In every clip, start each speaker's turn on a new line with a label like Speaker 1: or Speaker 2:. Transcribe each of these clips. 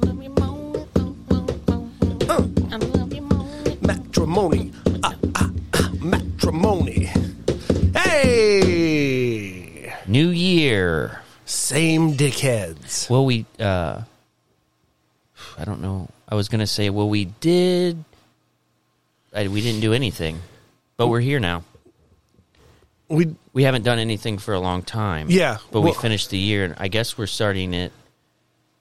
Speaker 1: Uh, uh, dickheads.
Speaker 2: Well, we, uh, I don't know. I was gonna say, well, we did. I, we didn't do anything, but we're here now.
Speaker 1: We
Speaker 2: We haven't done anything for a long time.
Speaker 1: Yeah,
Speaker 2: but
Speaker 1: well-
Speaker 2: we finished the year, and I guess we're starting it.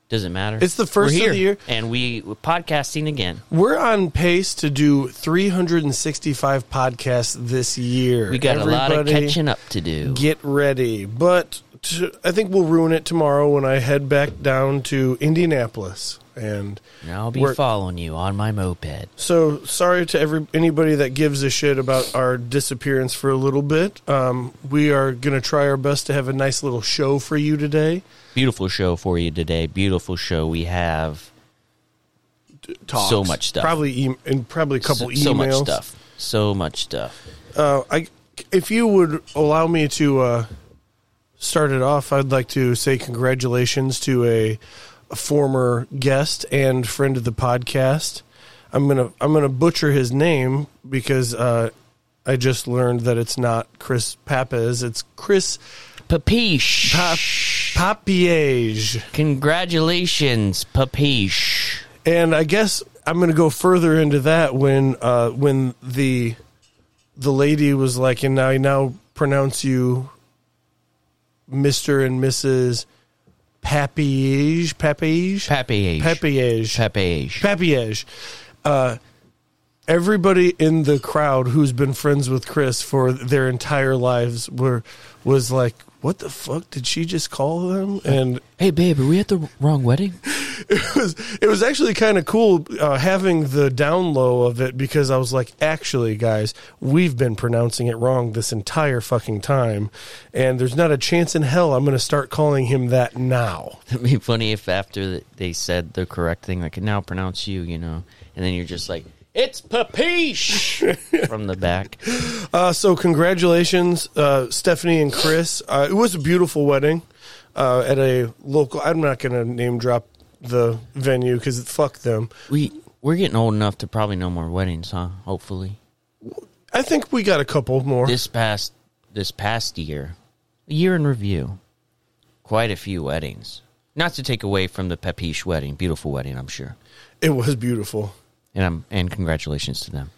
Speaker 2: Doesn't matter.
Speaker 1: It's the first
Speaker 2: We're
Speaker 1: of the
Speaker 2: here,
Speaker 1: year.
Speaker 2: and we we're podcasting again.
Speaker 1: we're on pace to do 365 podcasts this year.
Speaker 2: We got a lot of
Speaker 1: Everybody
Speaker 2: catching up to do.
Speaker 1: Get ready, but t I I think we'll ruin it tomorrow when I head back down to Indianapolis and.
Speaker 2: And I'll be
Speaker 1: We're-
Speaker 2: following you on my moped.
Speaker 1: So sorry to every anybody that gives a shit about our disappearance for a little bit. Um, we are gonna try our best to have a nice little show for you today.
Speaker 2: Beautiful show for you today. Beautiful show. We have
Speaker 1: Talks.
Speaker 2: So much stuff.
Speaker 1: Probably e- and probably a couple emails.
Speaker 2: so, so much stuff. So much stuff.
Speaker 1: Uh, I, if you would allow me to uh, start it off, I'd like to say congratulations to a, a former guest and friend of the podcast. I'm gonna I'm gonna butcher his name because uh, I just learned that it's not Chris Pappas. It's Chris
Speaker 2: Papiche.
Speaker 1: Pap- Papiege.
Speaker 2: Congratulations, Papiche.
Speaker 1: And I guess I'm going to go further into that when uh, when the the lady was like, and I now pronounce you Mister and Mrs. Papige, Papige,
Speaker 2: Papiche.
Speaker 1: Papige,
Speaker 2: Papiche.
Speaker 1: Papillage. Uh, everybody in the crowd who's been friends with Chris for their entire lives were was like, "What the fuck did she just call them?" And
Speaker 2: Hey, babe, are we at the wrong wedding?
Speaker 1: it was it was actually kind of cool uh, having the down low of it because I was like, actually, guys, we've been pronouncing it wrong this entire fucking time, and there's not a chance in hell I'm going to start calling him that now.
Speaker 2: It'd be funny if after they said the correct thing, I can now pronounce you, you know, and then you're just like, it's Papiche from the back.
Speaker 1: Uh, so congratulations, uh, Stephanie and Chris. Uh, it was a beautiful wedding uh, at a local. I'm not going to name drop the venue because fuck them.
Speaker 2: We, we're getting old enough to probably know more weddings, huh? Hopefully.
Speaker 1: I think we got a couple more.
Speaker 2: This past, this past year, a year in review, quite a few weddings. Not to take away from the Papiche wedding, beautiful wedding, I'm sure.
Speaker 1: It was beautiful.
Speaker 2: And I'm, and congratulations to them.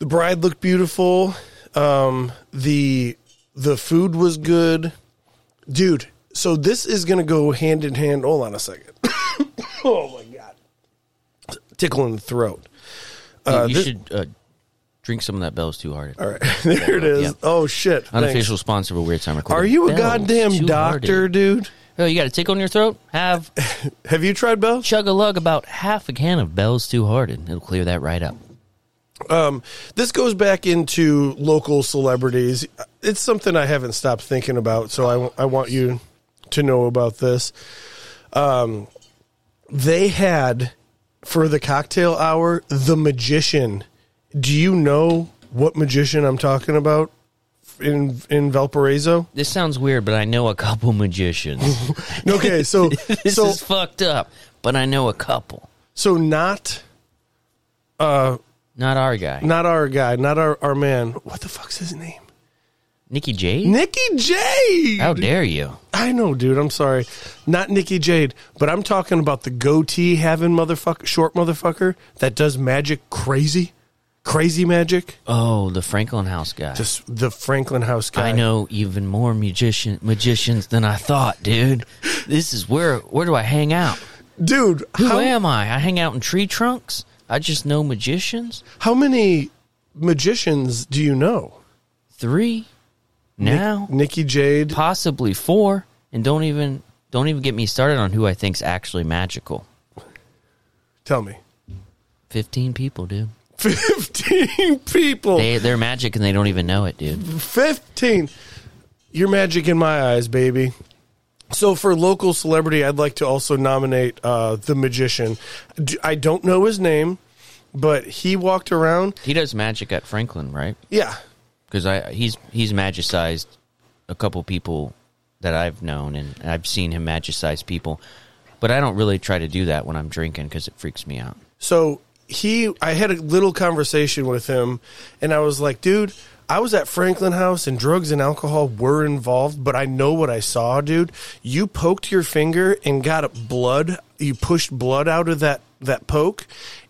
Speaker 1: the bride looked beautiful. Um, the the food was good, dude. So this is gonna go hand in hand. Hold on a second. oh my god, tickle in the throat.
Speaker 2: You- you
Speaker 1: this-
Speaker 2: should uh, drink some of that Bell's Too Hard.
Speaker 1: All right, there it is.
Speaker 2: Yeah.
Speaker 1: Oh shit, Thanks.
Speaker 2: Unofficial sponsor of a Weird Time Recording.
Speaker 1: Are you a
Speaker 2: Bell's
Speaker 1: goddamn
Speaker 2: Too
Speaker 1: doctor,
Speaker 2: Hearted.
Speaker 1: dude?
Speaker 2: Oh, you got a tickle in your throat? Have
Speaker 1: Have you tried Bell?
Speaker 2: chug a lug about half a can of Bell's Too Hearted. It'll clear that right up.
Speaker 1: Um, this goes back into local celebrities. It's something I haven't stopped thinking about, so I, w- I want you to know about this. Um, they had for the cocktail hour the magician. Do you know what magician I'm talking about in in Valparaiso?
Speaker 2: This sounds weird, but I know a couple magicians.
Speaker 1: Okay, so
Speaker 2: this
Speaker 1: so
Speaker 2: is fucked up, but I know a couple.
Speaker 1: so not
Speaker 2: Not our guy.
Speaker 1: not our guy, not our our man. What the fuck's his name?
Speaker 2: Nikki Jade?
Speaker 1: Nikki J.
Speaker 2: How dare you?
Speaker 1: I know, dude. I'm sorry. Not Nikki Jade, but I'm talking about the goatee having motherfucker, short motherfucker that does magic crazy, crazy magic.
Speaker 2: Oh, the Franklin House guy.
Speaker 1: Just the Franklin House guy.
Speaker 2: I know even more magician magicians than I thought, dude. This is where where do I hang out?
Speaker 1: dude.
Speaker 2: Who
Speaker 1: How,
Speaker 2: am I? I hang out in tree trunks. I just know magicians.
Speaker 1: how many magicians do you know?
Speaker 2: Three now,
Speaker 1: Nikki Jade.
Speaker 2: possibly four, and don't even don't even get me started on who I think's actually magical.
Speaker 1: Tell me,
Speaker 2: Fifteen people, dude.
Speaker 1: fifteen people.
Speaker 2: They they're magic and they don't even know it, dude.
Speaker 1: Fifteen. You're magic in my eyes, baby. So for local celebrity, I'd like to also nominate uh, the magician. D- I don't know his name, but he walked around.
Speaker 2: He does magic at Franklin, right?
Speaker 1: Yeah,
Speaker 2: Because I he's he's magicized a couple people that I've known and I've seen him magicize people, but I don't really try to do that when I'm drinking because it freaks me out.
Speaker 1: So he, I had a little conversation with him, and I was like, dude, I was at Franklin House and drugs and alcohol were involved, but I know what I saw, dude. You poked your finger and got blood. You pushed blood out of that that poke,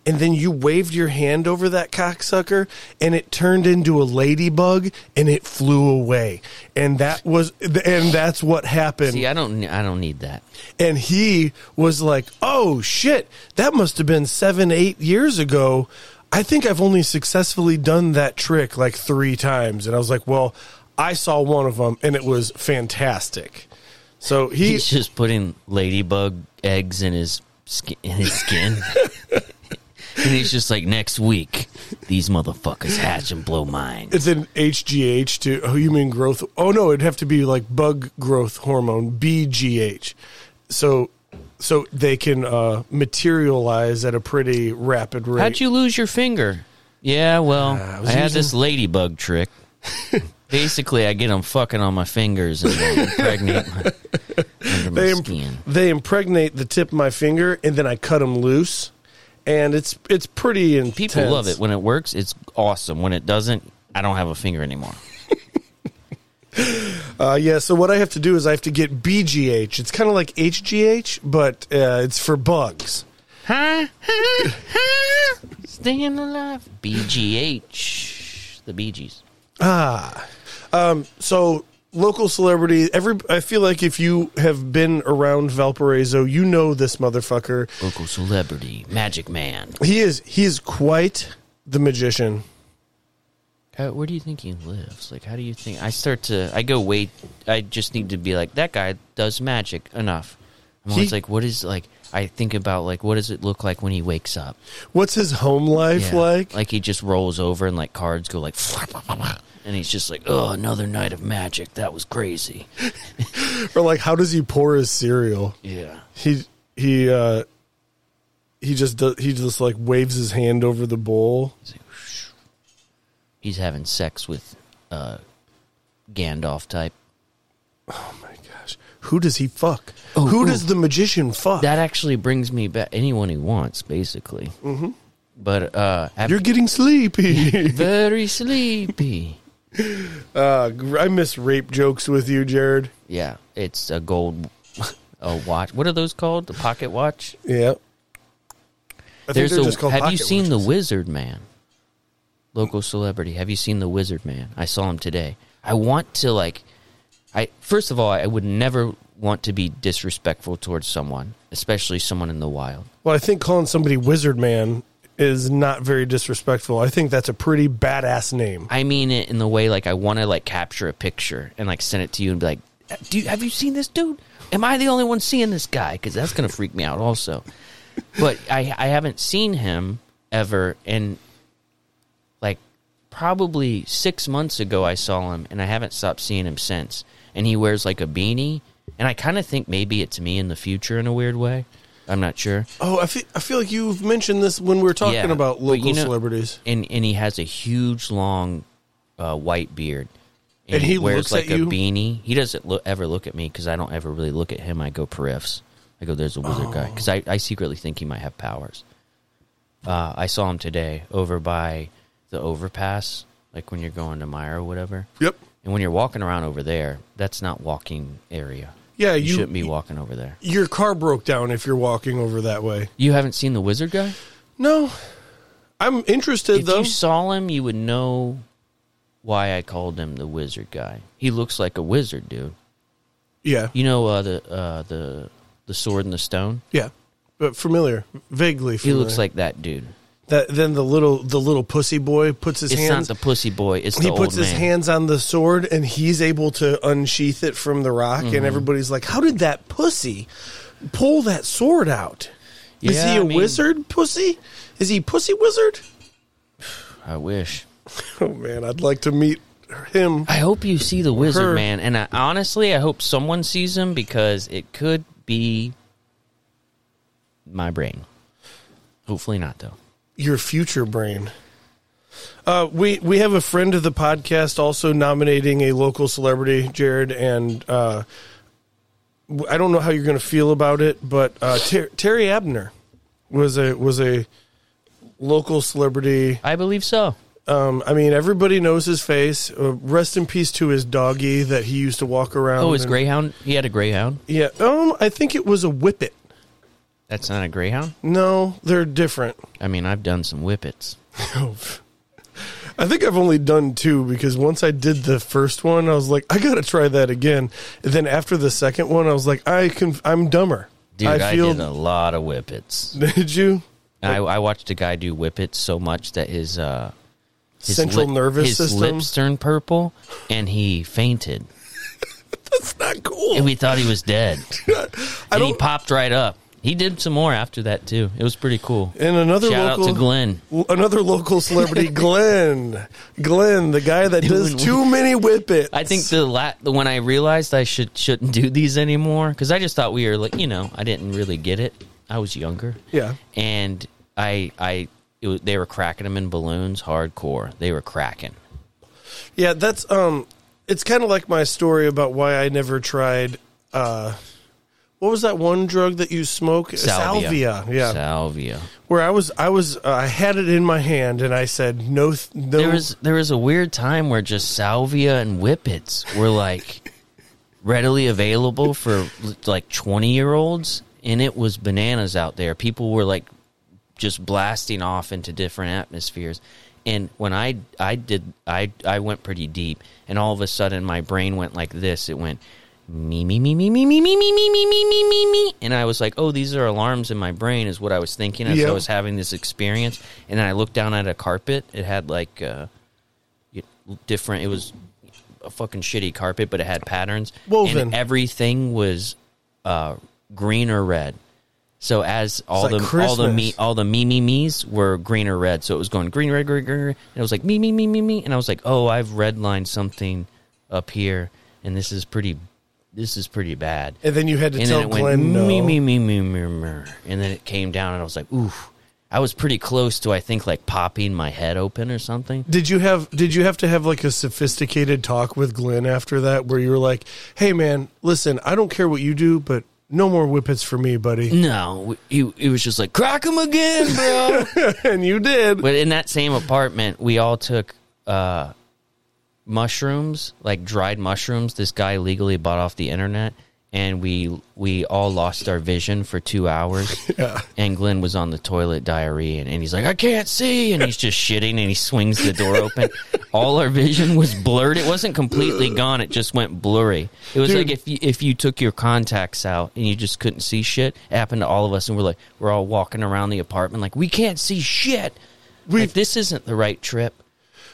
Speaker 1: and then you waved your hand over that cocksucker, and it turned into a ladybug, and it flew away. And that was, and that's what happened.
Speaker 2: See, I don't, I don't need that.
Speaker 1: And he was like, "Oh shit, that must have been seven, eight years ago. I think I've only successfully done that trick like three times." And I was like, "Well, I saw one of them, and it was fantastic." So he,
Speaker 2: He's just putting ladybug eggs in his skin, in his skin. and he's just like, next week, these motherfuckers hatch and blow mine.
Speaker 1: it's an HGH to oh, you mean growth? Oh no, it'd have to be like bug growth hormone BGH. So. So they can uh, materialize at a pretty rapid rate.
Speaker 2: How'd you lose your finger? Yeah, well,
Speaker 1: I
Speaker 2: Uh, I,
Speaker 1: was
Speaker 2: had
Speaker 1: using-
Speaker 2: this ladybug trick. Basically, I get them fucking on my fingers and they impregnate my, under my
Speaker 1: they, imp-
Speaker 2: skin.
Speaker 1: they impregnate the tip of my finger and then I cut them loose, and it's it's pretty intense.
Speaker 2: People love it when it works. It's awesome. When it doesn't, I don't have a finger anymore.
Speaker 1: Uh, yeah. So what I have to do is I have to get BGH. It's kind of like HGH, but uh, it's for bugs.
Speaker 2: Huh? Huh? Huh? Staying alive. BGH. The Bee Gees.
Speaker 1: So local celebrity. Every I feel like if you have been around Valparaiso, you know this motherfucker.
Speaker 2: Local celebrity. Magic Man.
Speaker 1: He is he is quite the magician.
Speaker 2: How, Uh, where do you think he lives? Like, how do you think? I start to, I go wait. I just need to be like that guy does magic enough. I'm always
Speaker 1: He-
Speaker 2: like, what is like? I think about like, what does it look like when he wakes up?
Speaker 1: What's his home life
Speaker 2: Yeah.
Speaker 1: like?
Speaker 2: like he just rolls over and like cards go like, and he's just like, oh, another night of magic. That was crazy.
Speaker 1: Or like how does he pour his cereal?
Speaker 2: Yeah.
Speaker 1: he he uh he just does, he just like waves his hand over the bowl.
Speaker 2: He's having sex with uh, Gandalf type.
Speaker 1: My gosh, who does he fuck?
Speaker 2: Oh,
Speaker 1: who
Speaker 2: ooh.
Speaker 1: does the magician fuck?
Speaker 2: That actually brings me back anyone he wants, basically. Mm-hmm. But uh, I'm
Speaker 1: You're getting sleepy.
Speaker 2: very sleepy.
Speaker 1: uh, I miss rape jokes with you, Jared.
Speaker 2: Yeah, it's a gold a watch. What are those called? The pocket watch.
Speaker 1: Yeah. I think they're
Speaker 2: a,
Speaker 1: just called
Speaker 2: have you
Speaker 1: pocket
Speaker 2: seen the
Speaker 1: watches.
Speaker 2: Wizard Man? Local celebrity. Have you seen the Wizard Man? I saw him today. I want to like. I first of all, I would never want to be disrespectful towards someone, especially someone in the wild.
Speaker 1: Well, I think calling somebody Wizard Man is not very disrespectful. I think that's a pretty badass name.
Speaker 2: I mean it in the way like I want to like capture a picture and like send it to you and be like, "Do you have you seen this dude? Am I the only one seeing this guy? Because that's gonna freak me out also." But I I haven't seen him ever, and like probably six months ago I saw him, and I haven't stopped seeing him since. And he wears like a beanie, and I kind of think maybe it's me in the future in a weird way. I'm not sure.
Speaker 1: Oh, I feel, I feel like you've mentioned this when we were talking
Speaker 2: Yeah,
Speaker 1: about
Speaker 2: but you
Speaker 1: local
Speaker 2: know-
Speaker 1: celebrities.
Speaker 2: and and he has a huge long uh, white beard
Speaker 1: And he looks
Speaker 2: like
Speaker 1: at
Speaker 2: a
Speaker 1: you?
Speaker 2: beanie he doesn't loo- ever look at me because i don't ever really look at him i go periffs i go there's a wizard
Speaker 1: Oh.
Speaker 2: guy because I, I secretly think he might have powers uh, i saw him today over by the overpass like when you're going to meyer or whatever
Speaker 1: Yep.
Speaker 2: and when you're walking around over there that's not walking area
Speaker 1: Yeah,
Speaker 2: you,
Speaker 1: you-
Speaker 2: shouldn't be walking over there
Speaker 1: Your car broke down if you're walking over that way.
Speaker 2: you haven't seen the wizard guy
Speaker 1: No. I'm interested
Speaker 2: if
Speaker 1: though.
Speaker 2: you saw him, you would know why I called him the wizard guy. He looks like a wizard, dude.
Speaker 1: yeah.
Speaker 2: You know uh, the uh, the the sword and the stone.
Speaker 1: Yeah. But familiar, vaguely
Speaker 2: He
Speaker 1: familiar.
Speaker 2: looks like that dude.
Speaker 1: that then the little the little pussy boy puts his
Speaker 2: It's
Speaker 1: hands
Speaker 2: not the pussy boy. It's
Speaker 1: he
Speaker 2: the
Speaker 1: puts
Speaker 2: old
Speaker 1: his
Speaker 2: man.
Speaker 1: hands on the sword and he's able to unsheath it from the rock and
Speaker 2: Mm-hmm.
Speaker 1: everybody's like how did that pussy pull that sword out is
Speaker 2: Yeah,
Speaker 1: he a
Speaker 2: I mean-
Speaker 1: wizard pussy is he pussy wizard
Speaker 2: I wish.
Speaker 1: oh man i'd like to meet him
Speaker 2: I hope you see the wizard
Speaker 1: Her-
Speaker 2: man, and I, honestly, I hope someone sees him because it could be my brain. Hopefully not, though.
Speaker 1: your future brain uh, we we have a friend of the podcast also nominating a local celebrity, Jared, and uh, w- I don't know how you're going to feel about it, but uh, Ter- Terry Abner was a was a local celebrity
Speaker 2: I believe so.
Speaker 1: Um, I mean, everybody knows his face. Uh, rest in peace to his doggy that he used to walk around.
Speaker 2: Oh, his
Speaker 1: and-
Speaker 2: greyhound. He had a greyhound.
Speaker 1: Yeah. Um, I think it was a whippet.
Speaker 2: That's not a greyhound.
Speaker 1: No, they're different.
Speaker 2: I mean, I've done some whippets.
Speaker 1: I think I've only done two because once I did the first one, I was like, I gotta try that again. And then after the second one, I was like, I can, I'm dumber.
Speaker 2: Dude, I,
Speaker 1: I feel.
Speaker 2: did a lot of whippets.
Speaker 1: did you?
Speaker 2: I, I watched a guy do whippets so much that his uh, his
Speaker 1: Central nervous
Speaker 2: his
Speaker 1: system?
Speaker 2: lips turned purple, and he fainted.
Speaker 1: That's not cool.
Speaker 2: And we thought he was dead,
Speaker 1: I
Speaker 2: and he
Speaker 1: don't.
Speaker 2: popped right up. He did some more after that too. It was pretty cool.
Speaker 1: And another
Speaker 2: Shout out
Speaker 1: local,
Speaker 2: to Glenn.
Speaker 1: another local celebrity, Glenn. Glenn, the guy that does
Speaker 2: Doing-
Speaker 1: too many whippets.
Speaker 2: I think the la- the when I realized I should shouldn't do these anymore because I just thought we were like you know I didn't really get it. I was younger.
Speaker 1: Yeah.
Speaker 2: and I I it was, they were cracking them in balloons hardcore. They were cracking.
Speaker 1: Yeah, that's um it's kind of like my story about why I never tried uh what was that one drug that you smoke?
Speaker 2: Salvia.
Speaker 1: Yeah.
Speaker 2: salvia.
Speaker 1: Where I was I was uh, I had it in my hand and I said no th- no
Speaker 2: There was there was a weird time where just salvia and whippets were like readily available for like twenty year olds, and it was bananas out there. People were like just blasting off into different atmospheres. And when I I did I I went pretty deep, and all of a sudden my brain went like this. It went me me me me me me me me me me me me me me, and I was like, oh, these are alarms in my brain, is what I was thinking as
Speaker 1: Yep.
Speaker 2: I was having this experience. And then I looked down at a carpet. It had like uh, y- different. It was a fucking shitty carpet, but it had patterns.
Speaker 1: Woven.
Speaker 2: And everything was uh, green or red. So as all
Speaker 1: It's like
Speaker 2: the all the me
Speaker 1: Christmas.
Speaker 2: all the me me me's were green or red. So it was going green, red, green, green, green. And it was like me me me me me. And I was like, oh, I've redlined something up here, and this is pretty this is pretty bad.
Speaker 1: and then you had to
Speaker 2: And
Speaker 1: tell
Speaker 2: then it went
Speaker 1: Glenn no.
Speaker 2: me me me me me me. And then it came down, and I was like, oof. I was pretty close to I think like popping my head open or something.
Speaker 1: Did you have did you have to have like a sophisticated talk with Glenn after that where you were like, "Hey man, listen, I don't care what you do, but no more whippets for me, buddy."
Speaker 2: No, you it was just like crack him again, bro.
Speaker 1: and you did.
Speaker 2: But in that same apartment, we all took uh, mushrooms, like dried mushrooms. This guy legally bought off the internet, and we we all lost our vision for two hours. And Glenn was on the toilet diarrhea, and, and he's like, "I can't see," and he's just shitting, and he swings the door open. all our vision was blurred. It wasn't completely gone. It just went blurry. It was like if you, if you took your contacts out and you just couldn't see shit. It happened to all of us, and we're like, we're all walking around the apartment like we can't see shit.
Speaker 1: We've-
Speaker 2: Like, this isn't the right trip.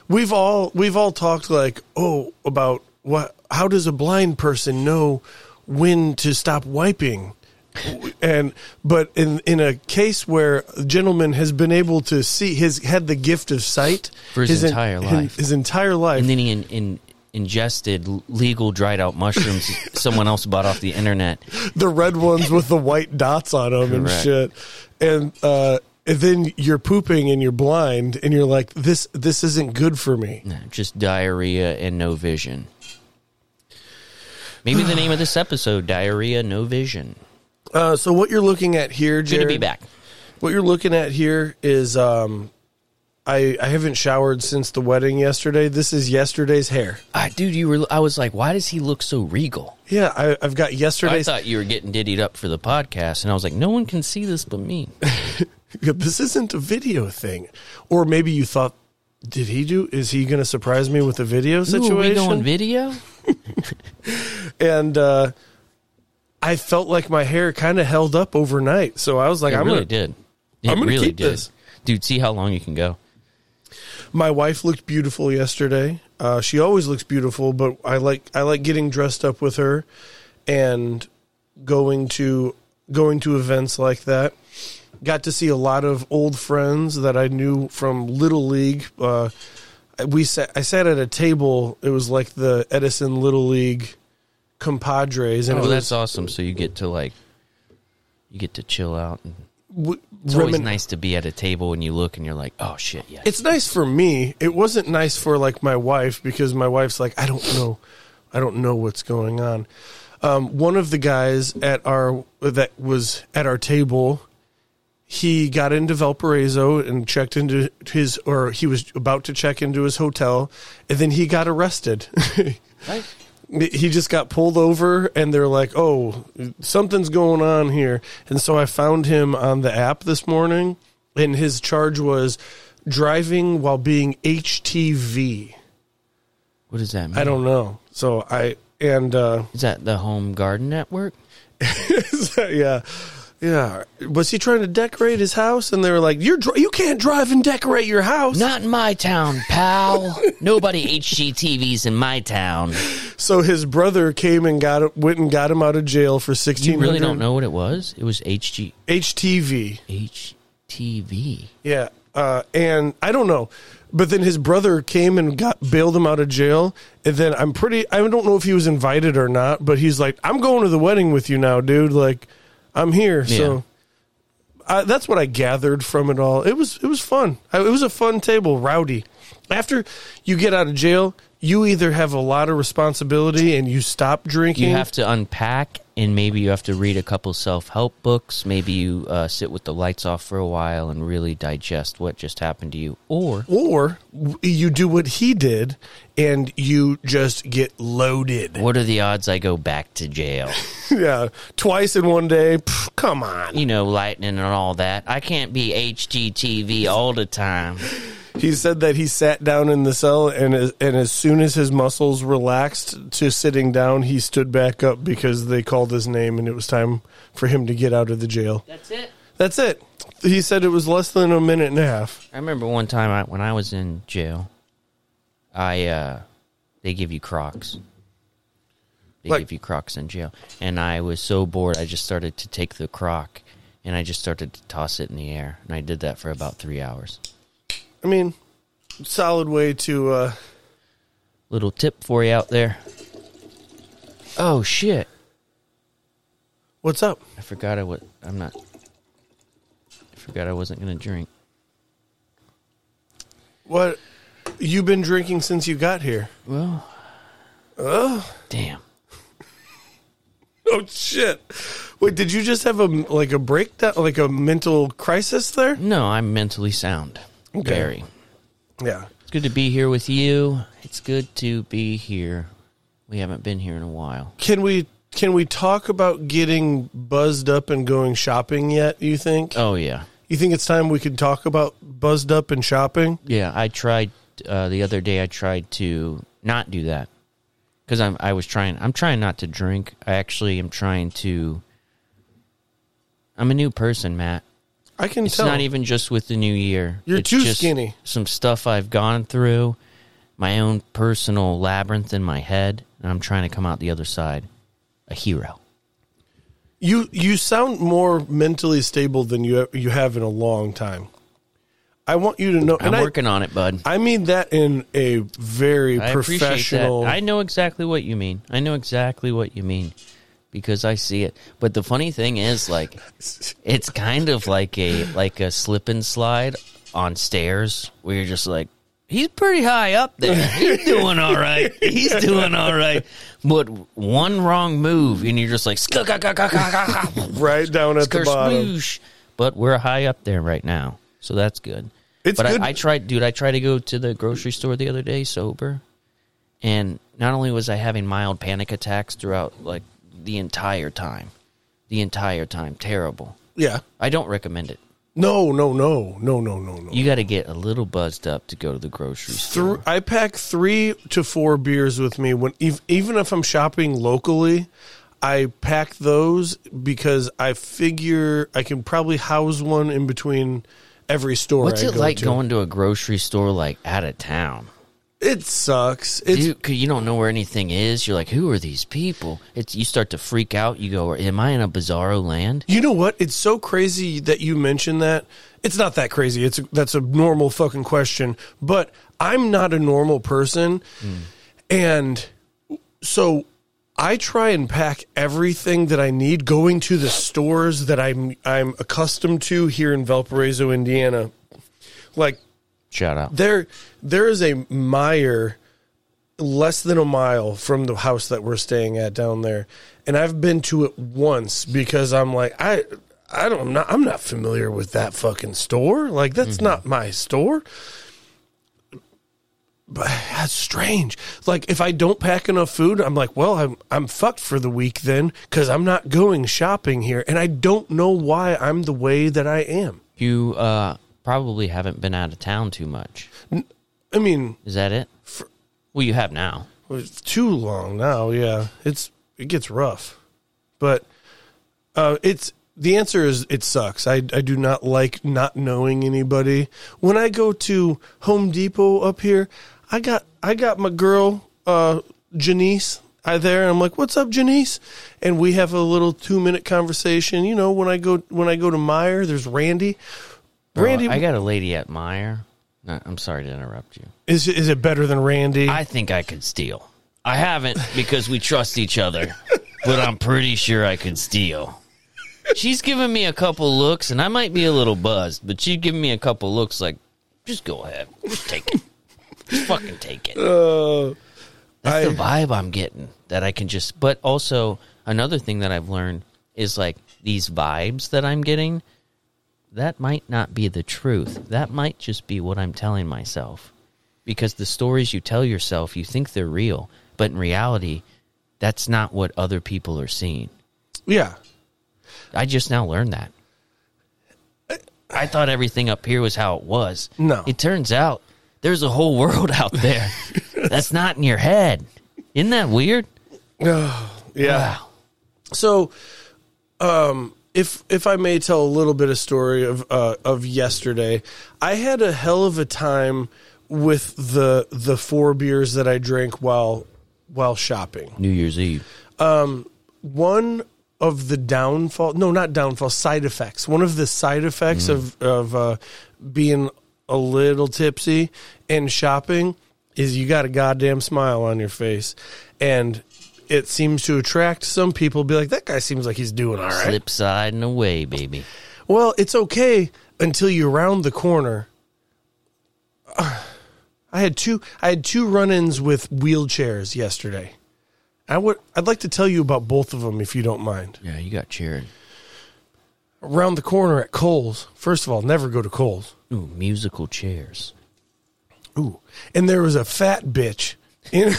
Speaker 1: we've all we've all talked like oh about what how does a blind person know when to stop wiping and but in in a case where a gentleman has been able to see his had the gift of sight
Speaker 2: For his
Speaker 1: en-
Speaker 2: entire
Speaker 1: his-
Speaker 2: life.
Speaker 1: his entire life
Speaker 2: And then he in, in, ingested legal dried out mushrooms someone else bought off the internet.
Speaker 1: the red ones with the white dots on them and
Speaker 2: Correct.
Speaker 1: shit. And uh, and then you're pooping and you're blind and you're like this this isn't good for me.
Speaker 2: Just diarrhea and no vision. Maybe the name of this episode, Diarrhea No Vision.
Speaker 1: Uh, so what you're looking at here,
Speaker 2: Good
Speaker 1: Jared,
Speaker 2: to be back.
Speaker 1: What you're looking at here is um I I haven't showered since the wedding yesterday. This is yesterday's hair.
Speaker 2: I, dude, you were I was like, why does he look so regal?
Speaker 1: Yeah, I, I've got
Speaker 2: I
Speaker 1: yesterday's.
Speaker 2: thought you were getting diddied up for the podcast, and I was like, no one can see this but me.
Speaker 1: this isn't a video thing, or maybe you thought, did he do? Is he going to surprise me with a video
Speaker 2: Ooh, are we
Speaker 1: situation?
Speaker 2: going video?
Speaker 1: and uh, I felt like my hair kind of held up overnight, so I was like,
Speaker 2: It
Speaker 1: I'm
Speaker 2: really
Speaker 1: gonna,
Speaker 2: did. It
Speaker 1: I'm gonna
Speaker 2: really
Speaker 1: keep
Speaker 2: did.
Speaker 1: this.
Speaker 2: Dude, see how long you can go.
Speaker 1: My wife looked beautiful yesterday. Uh, she always looks beautiful, but I like I like getting dressed up with her and going to going to events like that. Got to see a lot of old friends that I knew from Little League. Uh, we sat, I sat at a table. It was like the Edison Little League compadres, and it
Speaker 2: Oh,
Speaker 1: was
Speaker 2: that's awesome. So you get to like, you get to chill out. And
Speaker 1: w-
Speaker 2: it's always
Speaker 1: remin-
Speaker 2: nice to be at a table and you look and you're like, oh shit, yeah.
Speaker 1: it's nice for me. It wasn't nice for like my wife because my wife's like, I don't know, I don't know what's going on. Um, one of the guys at our that was at our table, he got into Valparaiso and checked into his, or he was about to check into his hotel, and then he got arrested.
Speaker 2: Right?
Speaker 1: he just got pulled over and they're like oh something's going on here and so i found him on the app this morning and his charge was driving while being htv
Speaker 2: What does that mean?
Speaker 1: i don't know so i and uh
Speaker 2: Is that the Home Garden Network?
Speaker 1: yeah yeah was he trying to decorate his house and they were like you're dri- you can't drive and decorate your house
Speaker 2: Not in my town, pal. Nobody HGTVs in my town.
Speaker 1: so his brother came and got went and got him out of jail for 16
Speaker 2: You really don't know what it was? It was HG
Speaker 1: htv
Speaker 2: HTV.
Speaker 1: Yeah, uh, and I don't know, but then his brother came and got bailed him out of jail, and then I'm pretty. I don't know if he was invited or not, but he's like, "I'm going to the wedding with you now, dude. Like, I'm here." So I, that's what I gathered from it all. It was it was fun. I, it was a fun table, rowdy. After you get out of jail, you either have a lot of responsibility and you stop drinking.
Speaker 2: You have to unpack, and maybe you have to read a couple self help books. Maybe you uh, sit with the lights off for a while and really digest what just happened to you. Or
Speaker 1: or you do what he did and you just get loaded.
Speaker 2: what are the odds I go back to jail?
Speaker 1: yeah, twice in one day. Pff, come on.
Speaker 2: You know, lightning and all that. I can't be HGTV all the time.
Speaker 1: He said that he sat down in the cell, and as, and as soon as his muscles relaxed to sitting down, he stood back up because they called his name, and it was time for him to get out of the jail.
Speaker 2: That's it.
Speaker 1: That's it. He said it was less than a minute and a half.
Speaker 2: I remember one time I, when I was in jail, I uh, they give you Crocs. They
Speaker 1: Like-
Speaker 2: give you Crocs in jail, and I was so bored I just started to take the Croc and I just started to toss it in the air, and I did that for about three hours.
Speaker 1: I mean, solid way to. Uh,
Speaker 2: Little tip for you out there. Oh shit!
Speaker 1: what's up?
Speaker 2: I forgot I was. I'm not. I forgot I wasn't gonna drink.
Speaker 1: What you been drinking since you got here?
Speaker 2: Well. Damn.
Speaker 1: Oh shit! Wait, did you just have a like a breakdown, like a mental crisis there?
Speaker 2: No, I'm mentally sound. Very.
Speaker 1: Yeah.
Speaker 2: It's good to be here with you. It's good to be here. We haven't been here in a while.
Speaker 1: Can we can we talk about getting buzzed up and going shopping yet? You think?
Speaker 2: Oh yeah,
Speaker 1: You think it's time we can talk about buzzed up and shopping?
Speaker 2: yeah. I tried uh, the other day. I tried to not do that because I'm. I was trying. I'm trying not to drink. I actually am trying to. I'm a new person, Matt.
Speaker 1: I can
Speaker 2: It's
Speaker 1: tell.
Speaker 2: not even just with the new year.
Speaker 1: You're
Speaker 2: It's
Speaker 1: too
Speaker 2: just
Speaker 1: skinny.
Speaker 2: Some stuff I've gone through, my own personal labyrinth in my head, and I'm trying to come out the other side a hero.
Speaker 1: you you sound more mentally stable than you you have in a long time. I want you to know,
Speaker 2: I'm
Speaker 1: and I,
Speaker 2: working on it, bud.
Speaker 1: I mean that in a very
Speaker 2: I appreciate that.
Speaker 1: professional.
Speaker 2: I know exactly what you mean. I know exactly what you mean because I see it. But the funny thing is, like, it's kind of like a like a slip and slide on stairs where you're just like, he's pretty high up there. He's doing all right. He's doing all right. But one wrong move and you're just like, "Skuk, kuk, kuk, kuk, kuk, kuk,
Speaker 1: right down at the
Speaker 2: curse
Speaker 1: bottom.
Speaker 2: whoosh. But we're high up there right now, so that's good.
Speaker 1: It's
Speaker 2: but
Speaker 1: good-
Speaker 2: I, I tried, dude. I tried to go to the grocery store the other day sober, and not only was I having mild panic attacks throughout, like the entire time, the entire time, terrible.
Speaker 1: Yeah.
Speaker 2: I don't recommend it.
Speaker 1: No, no, no, no, no, no, no.
Speaker 2: You got to get a little buzzed up to go to the grocery store.
Speaker 1: Thr I pack three to four beers with me when ev- even if I'm shopping locally. I pack those because I figure I can probably house one in between every store.
Speaker 2: What's
Speaker 1: I
Speaker 2: it
Speaker 1: go
Speaker 2: like
Speaker 1: to.
Speaker 2: going to a grocery store like out of town?
Speaker 1: It sucks. It's
Speaker 2: you, 'cause you don't know where anything is. You're like, who are these people? It's you start to freak out. You go, am I in a bizarro land?
Speaker 1: you know what? It's so crazy that you mention that. It's not that crazy. It's that's a normal fucking question. But I'm not a normal person, and so I try and pack everything that I need going to the stores that I'm I'm accustomed to here in Valparaiso, Indiana. Like
Speaker 2: Shout out.
Speaker 1: there there is a mire less than a mile from the house that we're staying at down there and i've been to it once because i'm like i I don't. I'm not. I'm not familiar with that fucking store. Like that's not my store. But that's strange. Like if I don't pack enough food, I'm like, well, I'm I'm fucked for the week then because I'm not going shopping here, and I don't know why I'm the way that I am.
Speaker 2: You uh, probably haven't been out of town too much.
Speaker 1: I mean,
Speaker 2: Is that it? well, you have now.
Speaker 1: it's too long now. Yeah, it's it gets rough, but uh, it's the answer is it sucks. I I do not like not knowing anybody. When I go to Home Depot up here, I got I got my girl uh, Janice. I there and I'm like, "What's up, Janice?" And we have a little two minute conversation. You know, when I go when I go to Meyer, there's Randy.
Speaker 2: Bro,
Speaker 1: Randy
Speaker 2: I got a lady at Meyer. No, I'm sorry to interrupt you.
Speaker 1: is is it better than Randy?
Speaker 2: I think I could steal. I haven't because we trust each other, but I'm pretty sure I could steal. She's given me a couple looks, and I might be a little buzzed, but she's given me a couple looks like, just go ahead. Just take it. Just fucking take it.
Speaker 1: Uh,
Speaker 2: That's
Speaker 1: I-
Speaker 2: the vibe I'm getting that I can just. But also another thing that I've learned is like these vibes that I'm getting. That might not be the truth. That might just be what I'm telling myself, because the stories you tell yourself, you think they're real, but in reality, that's not what other people are seeing.
Speaker 1: yeah.
Speaker 2: I just now learned that. I thought everything up here was how it was.
Speaker 1: No.
Speaker 2: It turns out there's a whole world out there that's not in your head. Isn't that weird?
Speaker 1: yeah.
Speaker 2: Wow.
Speaker 1: So, um, if if I may tell a little bit of story of uh, of yesterday, I had a hell of a time with the the four beers that I drank while while shopping.
Speaker 2: New Year's Eve.
Speaker 1: One of the downfall, no, not downfall, side effects. One of the side effects of of uh, being a little tipsy and shopping is you got a goddamn smile on your face, and it seems to attract some people. Be like, that guy seems like he's doing all right.
Speaker 2: Slip side and away, baby.
Speaker 1: Well, it's okay until you round the corner. I had two I had two run-ins with wheelchairs yesterday. I would I'd like to tell you about both of them if you don't mind.
Speaker 2: Yeah, you got cheered.
Speaker 1: Around the corner at Coles. First of all, never go to Coles.
Speaker 2: Ooh, musical chairs.
Speaker 1: Ooh. And there was a fat bitch in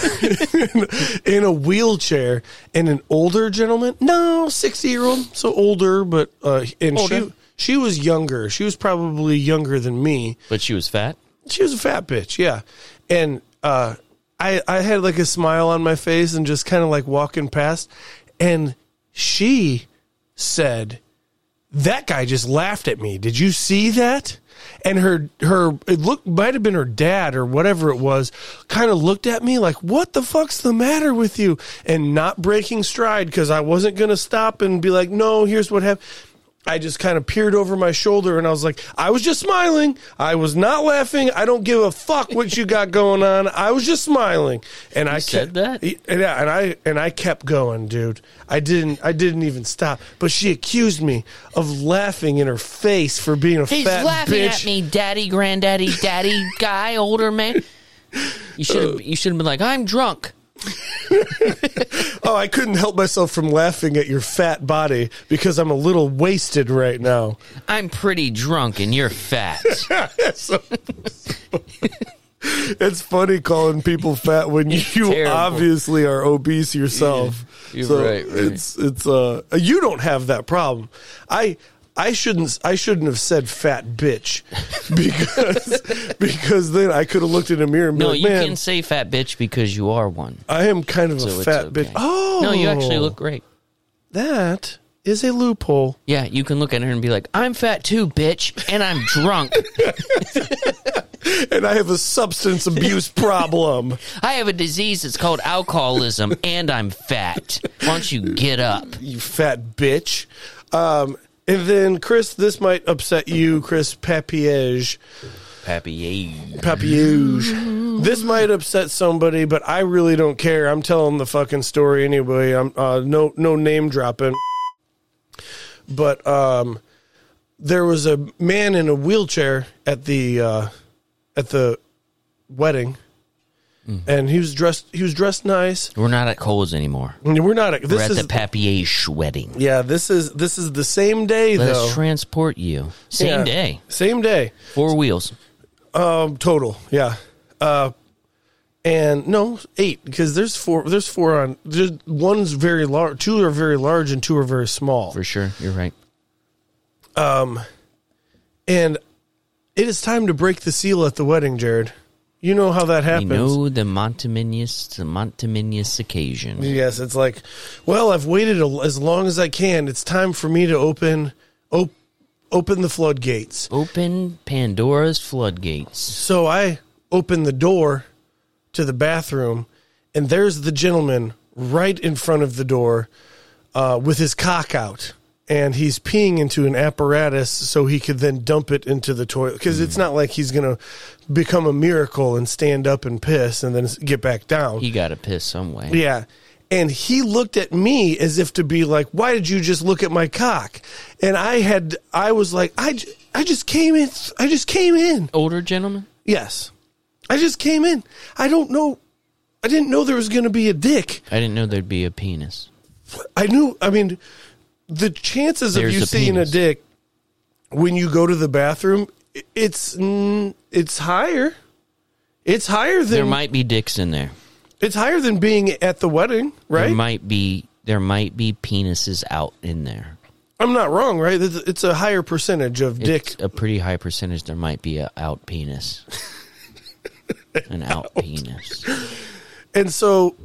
Speaker 1: in a wheelchair and an older gentleman. No, 60-year-old, so older, but uh and
Speaker 2: Older.
Speaker 1: she she was younger. She was probably younger than me.
Speaker 2: But she was fat?
Speaker 1: she was a fat bitch, yeah. And uh, I I had like a smile on my face and just kind of like walking past, and she said, "That guy just laughed at me. Did you see that?" And her her it looked might have been her dad or whatever it was, kind of looked at me like, "What the fuck's the matter with you?" And not breaking stride because I wasn't gonna stop and be like, "No, here's what happened." I just kind of peered over my shoulder and I was like, I was just smiling. I was not laughing. I don't give a fuck what you got going on. I was just smiling. And I kept-
Speaker 2: said that?
Speaker 1: And, yeah, and I and I kept going, dude. I didn't I didn't even stop. But she accused me of laughing in her face for being a
Speaker 2: He's
Speaker 1: fat
Speaker 2: laughing
Speaker 1: bitch.
Speaker 2: at me, daddy, granddaddy, daddy, guy, older man. You should have you should have been like, I'm drunk.
Speaker 1: Oh, I couldn't help myself from laughing at your fat body because I'm a little wasted right now.
Speaker 2: I'm pretty drunk and you're fat.
Speaker 1: So- it's funny calling people fat when you
Speaker 2: terrible.
Speaker 1: obviously are obese yourself.
Speaker 2: Yeah, you're
Speaker 1: so
Speaker 2: right, right.
Speaker 1: It's it's uh you don't have that problem. I I shouldn't I shouldn't have said fat bitch because because then I could have looked in a mirror and been
Speaker 2: No,
Speaker 1: like,
Speaker 2: you
Speaker 1: man,
Speaker 2: can say fat bitch because you are one.
Speaker 1: I am kind of
Speaker 2: So
Speaker 1: a
Speaker 2: it's
Speaker 1: fat
Speaker 2: okay.
Speaker 1: bitch. Oh,
Speaker 2: No, you actually look great.
Speaker 1: that is a loophole.
Speaker 2: Yeah, you can look at her and be like, I'm fat too, bitch, and I'm drunk.
Speaker 1: and I have a substance abuse problem.
Speaker 2: I have a disease that's called alcoholism and I'm fat. Why don't you get up?
Speaker 1: you fat bitch. Um, and then Chris, this might upset you, Chris Papiege.
Speaker 2: Pappy Mm-hmm.
Speaker 1: Papiege. This might upset somebody, but I really don't care. I'm telling the fucking story anyway. I'm uh, no no name dropping. But um, there was a man in a wheelchair at the uh, at the wedding,
Speaker 2: Mm.
Speaker 1: and he was dressed. He was dressed nice.
Speaker 2: We're not at Cole's anymore.
Speaker 1: I mean, We're not. This
Speaker 2: We're at
Speaker 1: is
Speaker 2: the Papier's wedding.
Speaker 1: yeah. This is this is the same day
Speaker 2: Let
Speaker 1: though.
Speaker 2: us transport you. Same
Speaker 1: Yeah.
Speaker 2: day.
Speaker 1: Same day.
Speaker 2: Four wheels.
Speaker 1: Um, total. Yeah. Uh, and no eight because there's four. There's four on. There's, one's very large. Two are very large and two are very small.
Speaker 2: For sure. You're right.
Speaker 1: And it is time to break the seal at the wedding, Jared. You know how that
Speaker 2: You
Speaker 1: happens.
Speaker 2: know the Monteminius, the Monteminius occasion.
Speaker 1: Yes, it's like, well, I've waited a, as long as I can. It's time for me to open, op, open the floodgates.
Speaker 2: Open Pandora's floodgates.
Speaker 1: So I open the door to the bathroom, and there's the gentleman right in front of the door, uh, with his cock out, and he's peeing into an apparatus so he could then dump it into the toilet. Because it's not like he's gonna become a miracle and stand up and piss and then s- get back down.
Speaker 2: He got to piss some way.
Speaker 1: Yeah. And he looked at me as if to be like, "Why did you just look at my cock?" And I had, I was like, "I, j- I just came in. I just came in.
Speaker 2: Older gentleman?
Speaker 1: Yes, I just came in. I don't know. I didn't know there was going to be a dick.
Speaker 2: I didn't know there'd be a penis.
Speaker 1: I knew. I mean, the chances
Speaker 2: There's
Speaker 1: of you
Speaker 2: a
Speaker 1: seeing
Speaker 2: penis.
Speaker 1: a dick when you go to the bathroom, i- it's mm, it's higher. It's higher
Speaker 2: There
Speaker 1: than
Speaker 2: might be dicks in there.
Speaker 1: it's higher than being at the wedding, right?
Speaker 2: There might be there might be penises out in there.
Speaker 1: I'm not wrong, right? It's it's a higher percentage of dick.
Speaker 2: It's a pretty high percentage there might be a out penis. An out penis.
Speaker 1: And so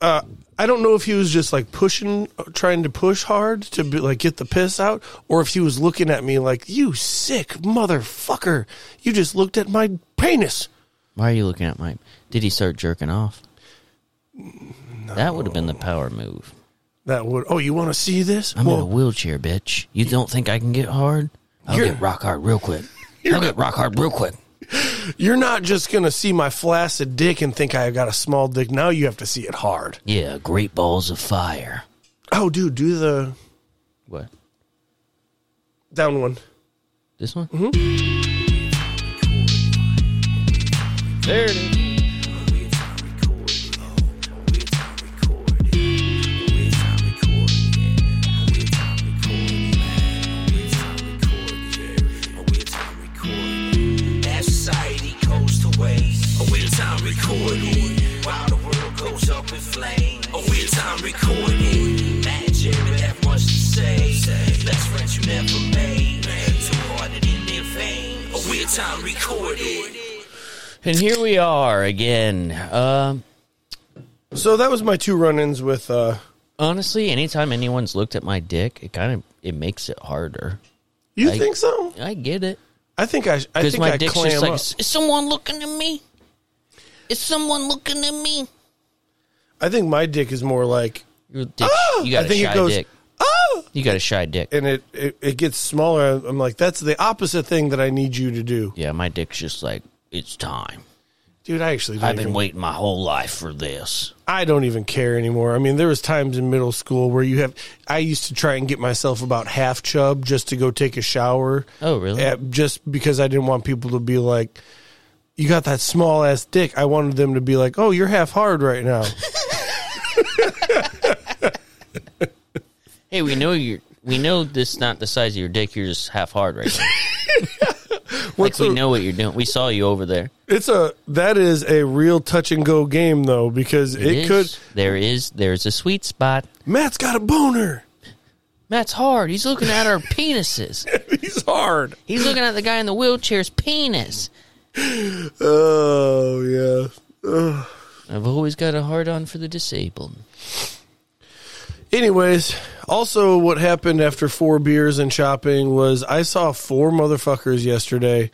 Speaker 1: uh, I don't know if he was just like pushing, trying to push hard to be, like get the piss out, or if he was looking at me like, you sick motherfucker. You just looked at my penis.
Speaker 2: Why are you looking at my? Did he start jerking off? That would have been the power move.
Speaker 1: That would, oh, you want to see this?
Speaker 2: I'm in a
Speaker 1: well,
Speaker 2: wheelchair, bitch. You don't think I can get hard? I'll
Speaker 1: You're-
Speaker 2: get rock hard real quick. I'll get rock hard real quick.
Speaker 1: you're not just going to see my flaccid dick and think I got a small dick. Now you have to see it hard.
Speaker 2: Yeah, great balls of fire.
Speaker 1: Oh, dude, do the
Speaker 2: What?
Speaker 1: down one.
Speaker 2: This one? Mm-hmm. There it is.
Speaker 3: Recording while the world goes up in flame. A real time recording. Matt and Jerry have much to say. Let's friends you never made. Too hard and in their vein. A real time recording.
Speaker 2: And here we are again. Um,
Speaker 1: So that was my two run ins with, uh,
Speaker 2: honestly, anytime anyone's looked at my dick, it kind of it makes it harder.
Speaker 1: you
Speaker 2: I-
Speaker 1: think so?
Speaker 2: I get it.
Speaker 1: I think I, I
Speaker 2: Because
Speaker 1: think
Speaker 2: my
Speaker 1: I
Speaker 2: dick's
Speaker 1: clam
Speaker 2: just like,
Speaker 1: up.
Speaker 2: is is someone looking at me? Is someone looking at me?
Speaker 1: I think my dick is more like,
Speaker 2: Your dick,
Speaker 1: Oh!
Speaker 2: you
Speaker 1: I
Speaker 2: got a
Speaker 1: think it
Speaker 2: shy
Speaker 1: goes,
Speaker 2: dick.
Speaker 1: oh,
Speaker 2: You got a shy dick.
Speaker 1: and it, it, it gets smaller. I'm like, that's the opposite thing that I need you to do.
Speaker 2: yeah, my dick's just like, it's time.
Speaker 1: Dude, I actually don't
Speaker 2: I've been
Speaker 1: even,
Speaker 2: waiting my whole life for this.
Speaker 1: I don't even care anymore. I mean, there was times in middle school where you have I used to try and get myself about half chub just to go take a shower.
Speaker 2: Oh, really?
Speaker 1: Uh, just because I didn't want people to be like you got that small ass dick. I wanted them to be like, "Oh, you're half hard right now."
Speaker 2: Hey, we know you're. We know this is not the size of your dick. You're just half hard right now. like
Speaker 1: What's
Speaker 2: we
Speaker 1: the-
Speaker 2: know what you're doing. We saw you over there.
Speaker 1: it's a that is a real touch and go game though because it,
Speaker 2: is-
Speaker 1: could
Speaker 2: There is. There's a sweet spot.
Speaker 1: Matt's got a boner.
Speaker 2: Matt's hard. He's looking at our penises.
Speaker 1: He's hard.
Speaker 2: He's looking at the guy in the wheelchair's penis.
Speaker 1: Oh, yeah.
Speaker 2: I've always got a hard on for the disabled.
Speaker 1: Anyways, also what happened after four beers and shopping was I saw four motherfuckers yesterday,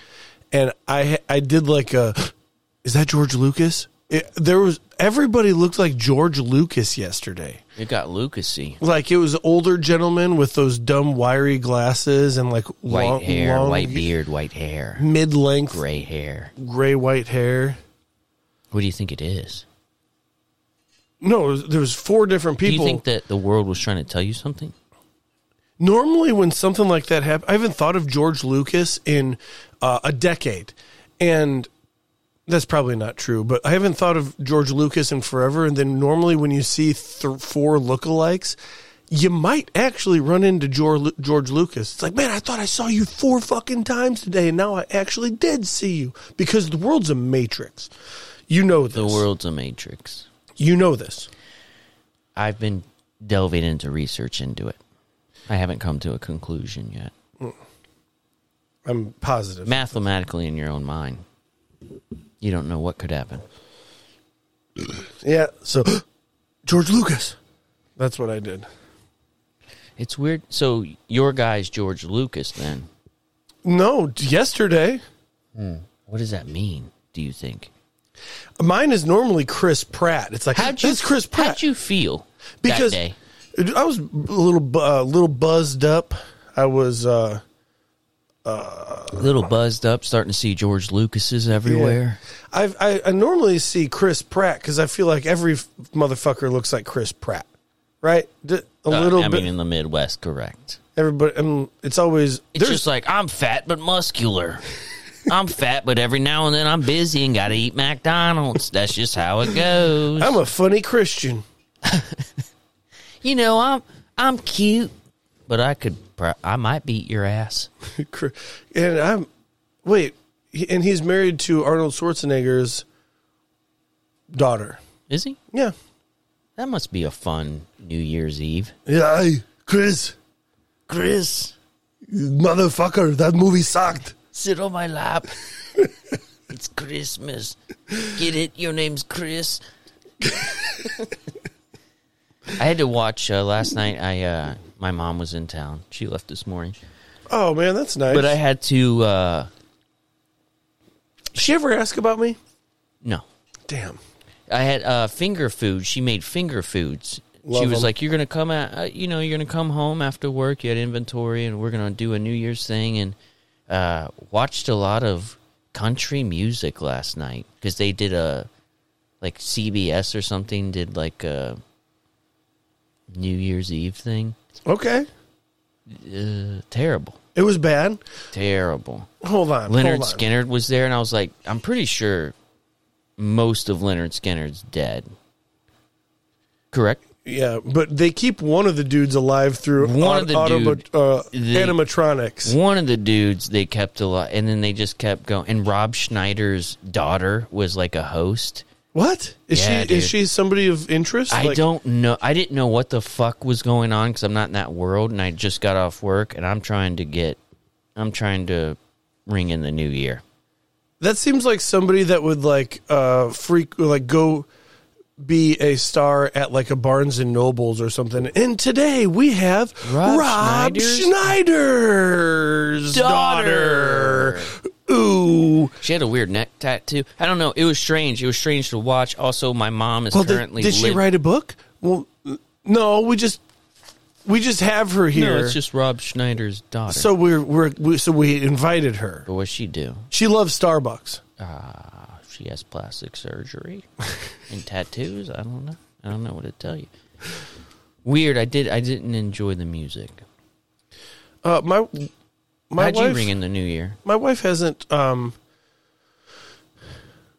Speaker 1: and I I did like a, is that George Lucas? It, there was everybody looked like George Lucas yesterday.
Speaker 2: It got Lucasy.
Speaker 1: Like it was older gentlemen with those dumb wiry glasses and like
Speaker 2: White
Speaker 1: long,
Speaker 2: hair,
Speaker 1: long
Speaker 2: white beard, white hair,
Speaker 1: mid length gray.
Speaker 2: gray hair.
Speaker 1: white hair.
Speaker 2: What do you think it is?
Speaker 1: No, it was- there was four different
Speaker 2: Do
Speaker 1: people.
Speaker 2: you think that the world was trying to tell you something?
Speaker 1: normally when something like that happens, I haven't thought of George Lucas in uh, a decade, and That's probably not true, but I haven't thought of George Lucas in forever. And then normally, when you see th- four lookalikes, you might actually run into George, George Lucas. It's like, man, I thought I saw you four fucking times today, and now I actually did see you because the world's a matrix. You know this.
Speaker 2: The world's a matrix.
Speaker 1: You know this.
Speaker 2: I've been delving into research into it. I haven't come to a conclusion yet.
Speaker 1: I'm positive.
Speaker 2: Mathematically, in your own mind, you don't know what could happen.
Speaker 1: yeah. So, George Lucas. That's what I did.
Speaker 2: It's weird. So your guy's George Lucas, then.
Speaker 1: No, d- yesterday.
Speaker 2: What does that mean? Do you think?
Speaker 1: Mine is normally Chris Pratt. It's like
Speaker 2: How'd you?
Speaker 1: it's Chris Pratt.
Speaker 2: How'd you feel
Speaker 1: because
Speaker 2: that day?
Speaker 1: I was a little bu- uh, little buzzed up. I was uh,
Speaker 2: little buzzed up, starting to see George Lucas's everywhere.
Speaker 1: I've, I I normally see Chris Pratt because I feel like every f- motherfucker looks like Chris Pratt, right? D- a
Speaker 2: Uh,
Speaker 1: little
Speaker 2: I
Speaker 1: bit.
Speaker 2: mean, in the Midwest, correct.
Speaker 1: everybody. Um, it's always
Speaker 2: It's
Speaker 1: there's
Speaker 2: just like I'm fat but muscular. I'm fat, but every now and then I'm busy and got to eat McDonald's. That's just how it goes.
Speaker 1: I'm a funny Christian.
Speaker 2: you know, I'm I'm cute, but I could pro- I might beat your ass.
Speaker 1: Cr- and I'm wait, he- and he's married to Arnold Schwarzenegger's daughter.
Speaker 2: Is he?
Speaker 1: Yeah,
Speaker 2: That must be a fun New Year's Eve.
Speaker 1: yeah, hey, Chris,
Speaker 2: Chris,
Speaker 1: motherfucker, that movie sucked.
Speaker 2: sit on my lap. it's Christmas. Get it? Your name's Chris. I had to watch uh, last night. I uh, my mom was in town. She left this morning,
Speaker 1: Oh man, that's nice.
Speaker 2: but I had to. Uh,
Speaker 1: she ever ask about me?
Speaker 2: no,
Speaker 1: Damn.
Speaker 2: I had uh, finger food. She made finger foods.
Speaker 1: Love
Speaker 2: she was
Speaker 1: 'em.
Speaker 2: like, "You're gonna come at, uh, you know, you're gonna come home after work. You had inventory, and we're gonna do a New Year's thing." And uh, watched a lot of country music last night because they did a like CBS or something did like a New Year's Eve thing.
Speaker 1: Okay.
Speaker 2: Uh, terrible,
Speaker 1: It was bad.
Speaker 2: terrible.
Speaker 1: Hold on.
Speaker 2: Leonard
Speaker 1: hold on.
Speaker 2: Skinner was there, and I was like, I'm pretty sure most of Leonard Skinner's dead. Correct.
Speaker 1: Yeah, but they keep one of the dudes alive through
Speaker 2: One
Speaker 1: au-
Speaker 2: of the
Speaker 1: automa-
Speaker 2: dude-
Speaker 1: uh,
Speaker 2: the-
Speaker 1: animatronics.
Speaker 2: One of the dudes they kept alive, and then they just kept going. And Rob Schneider's daughter was like a host.
Speaker 1: What is
Speaker 2: Yeah,
Speaker 1: she?
Speaker 2: dude.
Speaker 1: Is she somebody of interest?
Speaker 2: I
Speaker 1: Like-
Speaker 2: don't know. I didn't know what the fuck was going on because I'm not in that world, and I just got off work, and I'm trying to get, I'm trying to ring in the new year.
Speaker 1: That seems like somebody that would like uh freak like go be a star at like a Barnes and Nobles or something. And today we have Rob,
Speaker 2: Rob
Speaker 1: Schneider's,
Speaker 2: Schneider's-
Speaker 1: daughter. Ooh.
Speaker 2: She had a weird neck tattoo. I don't know. It was strange. It was strange to watch. Also, my mom is
Speaker 1: Well, did,
Speaker 2: currently.
Speaker 1: did she
Speaker 2: lit-
Speaker 1: write a book? Well, no, we just we just have her here.
Speaker 2: No, it's just Rob Schneider's daughter.
Speaker 1: so we're, we're we so we invited her.
Speaker 2: but what she do?
Speaker 1: She loves Starbucks.
Speaker 2: Uh, she has plastic surgery and tattoos. I don't know. I don't know what to tell you. Weird. I did. I didn't enjoy the music.
Speaker 1: Uh, my my
Speaker 2: How'd you
Speaker 1: wife
Speaker 2: ring in the new year?
Speaker 1: my wife hasn't um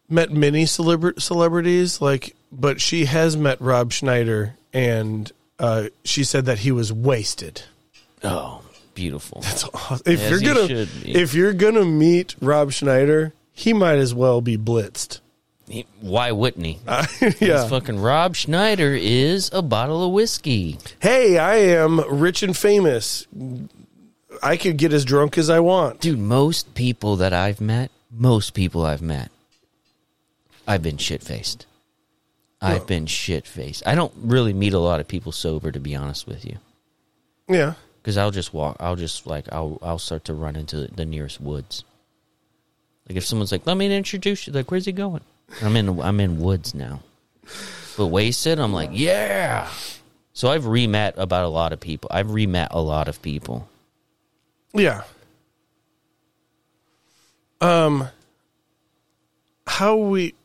Speaker 1: met many celebr- celebrities like but she has met Rob Schneider and uh, she said that he was wasted.
Speaker 2: Oh, beautiful.
Speaker 1: It's aw- If
Speaker 2: As
Speaker 1: you're
Speaker 2: he
Speaker 1: gonna
Speaker 2: should be.
Speaker 1: if you're gonna meet Rob Schneider, he might as well be blitzed.
Speaker 2: He- Why wouldn't he?
Speaker 1: Uh. yeah.
Speaker 2: Fucking Rob Schneider is a bottle of whiskey.
Speaker 1: Hey, I am rich and famous. I could get as drunk as I want.
Speaker 2: Dude, most people that I've met, most people I've met, I've been shit faced. I've been shit faced. I don't really meet a lot of people sober, to be honest with you.
Speaker 1: Yeah.
Speaker 2: Because I'll just walk. I'll just like I'll I'll start to run into the nearest woods. Like if someone's like, "Let me introduce you," like, "Where's he going?" I'm in I'm in woods now. But wasted, I'm like, yeah. So I've remet about a lot of people. I've remet a lot of people.
Speaker 1: Yeah. Um how we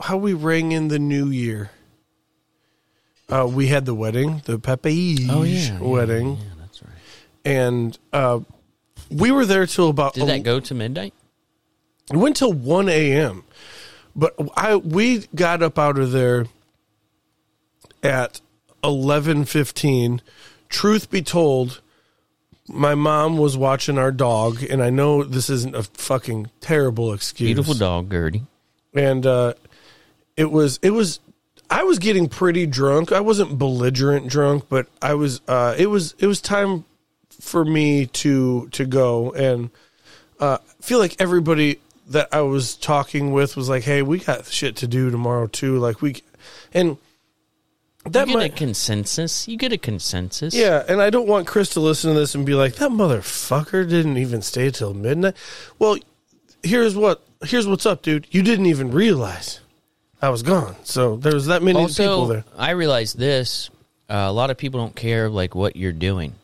Speaker 1: how we rang in the new year. Uh we had the wedding, the Pepe wedding,
Speaker 2: Oh, Yeah, that's right.
Speaker 1: and uh we were there till about
Speaker 2: Did that go to midnight?
Speaker 1: It went till one a.m. But I we got up out of there at eleven fifteen. Truth be told, my mom was watching our dog, and I know this isn't a fucking terrible excuse.
Speaker 2: Beautiful dog, Gertie.
Speaker 1: and uh, it was it was I was getting pretty drunk. I wasn't belligerent drunk, but I was. Uh, it was it was time for me to to go, and uh, I feel like everybody that I was talking with was like, "Hey, we got shit to do tomorrow too." Like we, and that
Speaker 2: you get
Speaker 1: might
Speaker 2: a consensus. You get a consensus.
Speaker 1: yeah, and I don't want Chris to listen to this and be like, "That motherfucker didn't even stay till midnight." Well, here's what here's what's up, dude. You didn't even realize I was gone. So there was that many
Speaker 2: also,
Speaker 1: people there.
Speaker 2: I realize this. Uh, a lot of people don't care like what you're doing.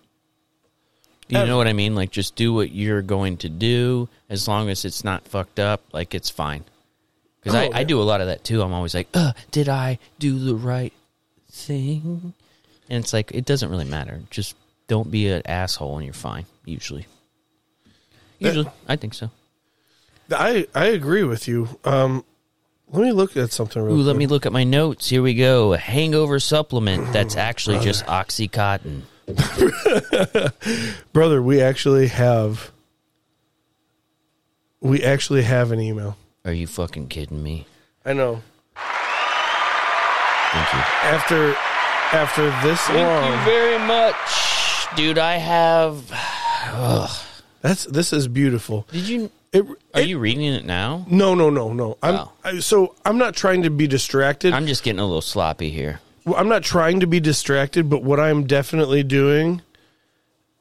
Speaker 2: You
Speaker 1: Ever.
Speaker 2: know what I mean? Like, just do what you're going to do. As long as it's not fucked up, like it's fine. Because I,
Speaker 1: Oh,
Speaker 2: I
Speaker 1: yeah.
Speaker 2: do a lot of that too. I'm always like, uh, did I do the right thing? And it's like it doesn't really matter. Just don't be an asshole, and you're fine. Usually, usually, I think so.
Speaker 1: I I agree with you. Um, let me look at something real
Speaker 2: Ooh,
Speaker 1: quick.
Speaker 2: let me look at my notes. Here we go. A hangover supplement that's actually just Oxycontin.
Speaker 1: brother. We actually have we actually have an email.
Speaker 2: Are you fucking kidding me?
Speaker 1: I know.
Speaker 2: Thank you.
Speaker 1: After after this long,
Speaker 2: very much, dude. I have.
Speaker 1: that's this is beautiful.
Speaker 2: Did you?
Speaker 1: It,
Speaker 2: Are
Speaker 1: it-
Speaker 2: you reading it now?
Speaker 1: No, no, no, no. I'm
Speaker 2: Wow.
Speaker 1: I, so I'm not trying to be distracted. I'm,
Speaker 2: I'm just getting a little sloppy here.
Speaker 1: I'm not trying to be distracted, but what I'm definitely doing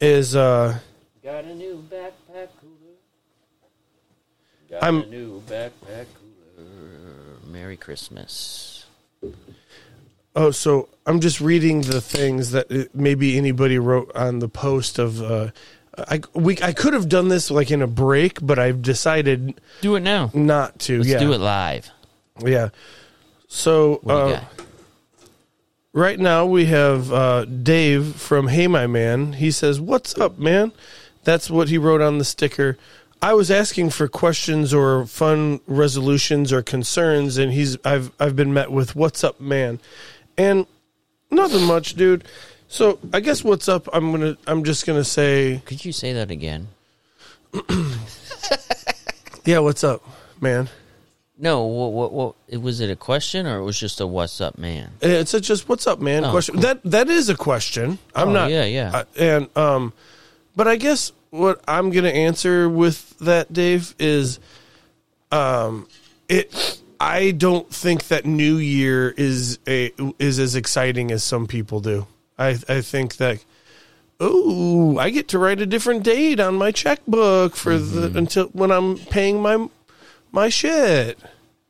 Speaker 1: is uh
Speaker 2: Got a new backpack cooler. Got
Speaker 1: I'm- a
Speaker 2: new backpack cooler. Merry Christmas.
Speaker 1: oh, so I'm just reading the things that uh, maybe anybody wrote on the post of uh I we I could have done this like in a break, but I've decided
Speaker 2: Do it now.
Speaker 1: not to.
Speaker 2: Let's
Speaker 1: yeah.
Speaker 2: do it live.
Speaker 1: Yeah. So
Speaker 2: What do you
Speaker 1: uh,
Speaker 2: got?
Speaker 1: Right now we have uh, Dave from Hey My Man. He says, "What's up, man?" That's what he wrote on the sticker. I was asking for questions or fun resolutions or concerns, and he's I've I've been met with "What's up, man?" and nothing much, dude. So I guess what's up? I'm gonna I'm just gonna say
Speaker 2: Could you say that again?
Speaker 1: yeah, what's up, man?
Speaker 2: No, what, what, what, it- was it a question or it was just a what's up man?
Speaker 1: It's a just what's up, man?
Speaker 2: Oh,
Speaker 1: question that that is a question. I'm
Speaker 2: Oh,
Speaker 1: not.
Speaker 2: yeah, yeah.
Speaker 1: I- and um, but I guess what I'm gonna answer with that, Dave, is um, it. I don't think that New Year is a is as exciting as some people do. I I think that. Oh, I get to write a different date on my checkbook for
Speaker 2: Mm-hmm.
Speaker 1: the until when I'm paying my my shit,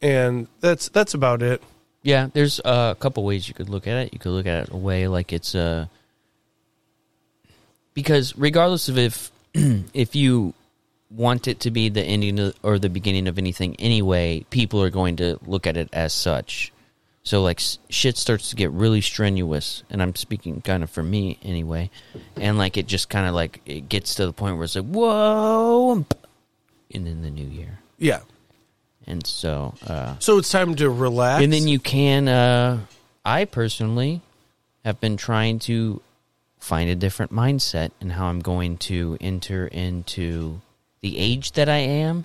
Speaker 1: and that's that's about it.
Speaker 2: Yeah, there's uh, a couple ways you could look at it. You could look at it a way like it's uh, because regardless of if if you want it to be the ending of- or the beginning of anything anyway, people are going to look at it as such. So like s- shit starts to get really strenuous, and I'm speaking kind of for me anyway, and like it just kind of like it gets to the point where it's like whoa, and then the new year,
Speaker 1: Yeah.
Speaker 2: and so uh,
Speaker 1: So it's time to relax.
Speaker 2: and then you can uh i personally have been trying to find a different mindset and how i'm going to enter into the age that i am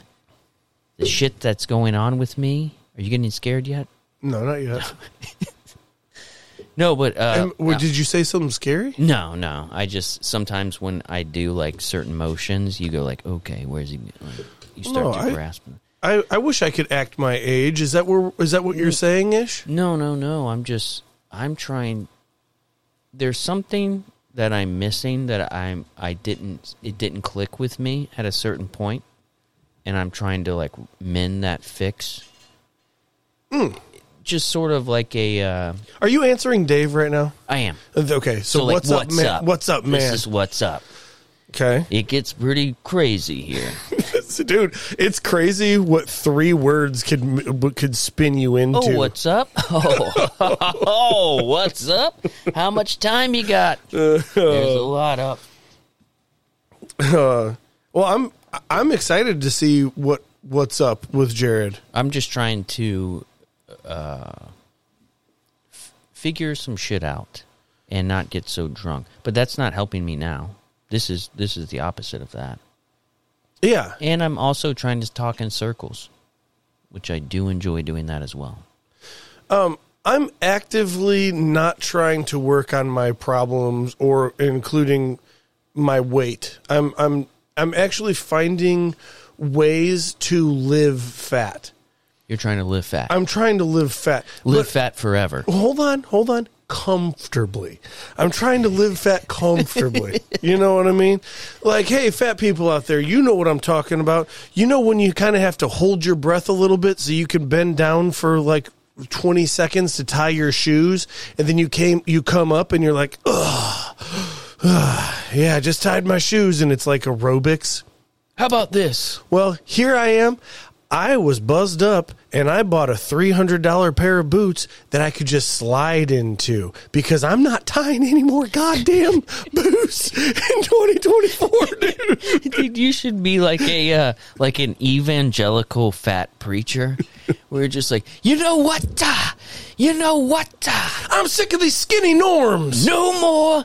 Speaker 2: the shit that's going on with me are you getting scared yet
Speaker 1: no, not yet.
Speaker 2: no but uh
Speaker 1: Um, wait, Did you say something scary?
Speaker 2: no no i just sometimes when i do like certain motions you go like okay where's he like, you start
Speaker 1: No,
Speaker 2: to
Speaker 1: I-
Speaker 2: grasp it.
Speaker 1: I, I wish I could act my age. Is that where is that what you're saying, Ish?
Speaker 2: No, no, no. I'm just I'm trying there's something that I'm missing that I'm I didn't it didn't click with me at a certain point and I'm trying to like mend that fix.
Speaker 1: Mm.
Speaker 2: Just sort of like a uh
Speaker 1: Are you answering Dave right now?
Speaker 2: I am.
Speaker 1: Uh, Okay, so,
Speaker 2: So, like
Speaker 1: what's, up, man? What's up, man?
Speaker 2: This is what's up.
Speaker 1: okay,
Speaker 2: It gets pretty crazy here.
Speaker 1: So, dude, it's crazy what three words could m- what could spin you into.
Speaker 2: Oh, what's up? Oh, oh, what's up? How much time you got?
Speaker 1: Uh,
Speaker 2: There's a lot up.
Speaker 1: Well, I'm I'm excited to see what what's up with Jared.
Speaker 2: I'm just trying to uh, f- figure some shit out and not get so drunk. But that's not helping me now. This is this is the opposite of that.
Speaker 1: Yeah.
Speaker 2: And I'm also trying to talk in circles, which I do enjoy doing that as well.
Speaker 1: I'm actively not trying to work on my problems or including my weight. I'm I'm I'm actually finding ways to live fat.
Speaker 2: You're trying to live fat.
Speaker 1: I'm trying to live fat.
Speaker 2: live
Speaker 1: But-
Speaker 2: fat forever.
Speaker 1: hold on, hold on. Comfortably. I'm trying to live fat comfortably. you know what I mean? Like, hey, fat people out there, you know what I'm talking about. You know when you kind of have to hold your breath a little bit so you can bend down for like 20 seconds to tie your shoes and then you came you come up and you're like, "Ugh. yeah, I just tied my shoes and it's like aerobics.
Speaker 2: How about this?
Speaker 1: Well, here I am. I was buzzed up and I bought a $300 pair of boots that I could just slide into because I'm not tying any more goddamn boots in 2024, dude.
Speaker 2: Dude, you should be like a uh, like an evangelical fat preacher. We're just like, you know what? ah? you know what? ah?
Speaker 1: I'm sick of these skinny norms.
Speaker 2: No more,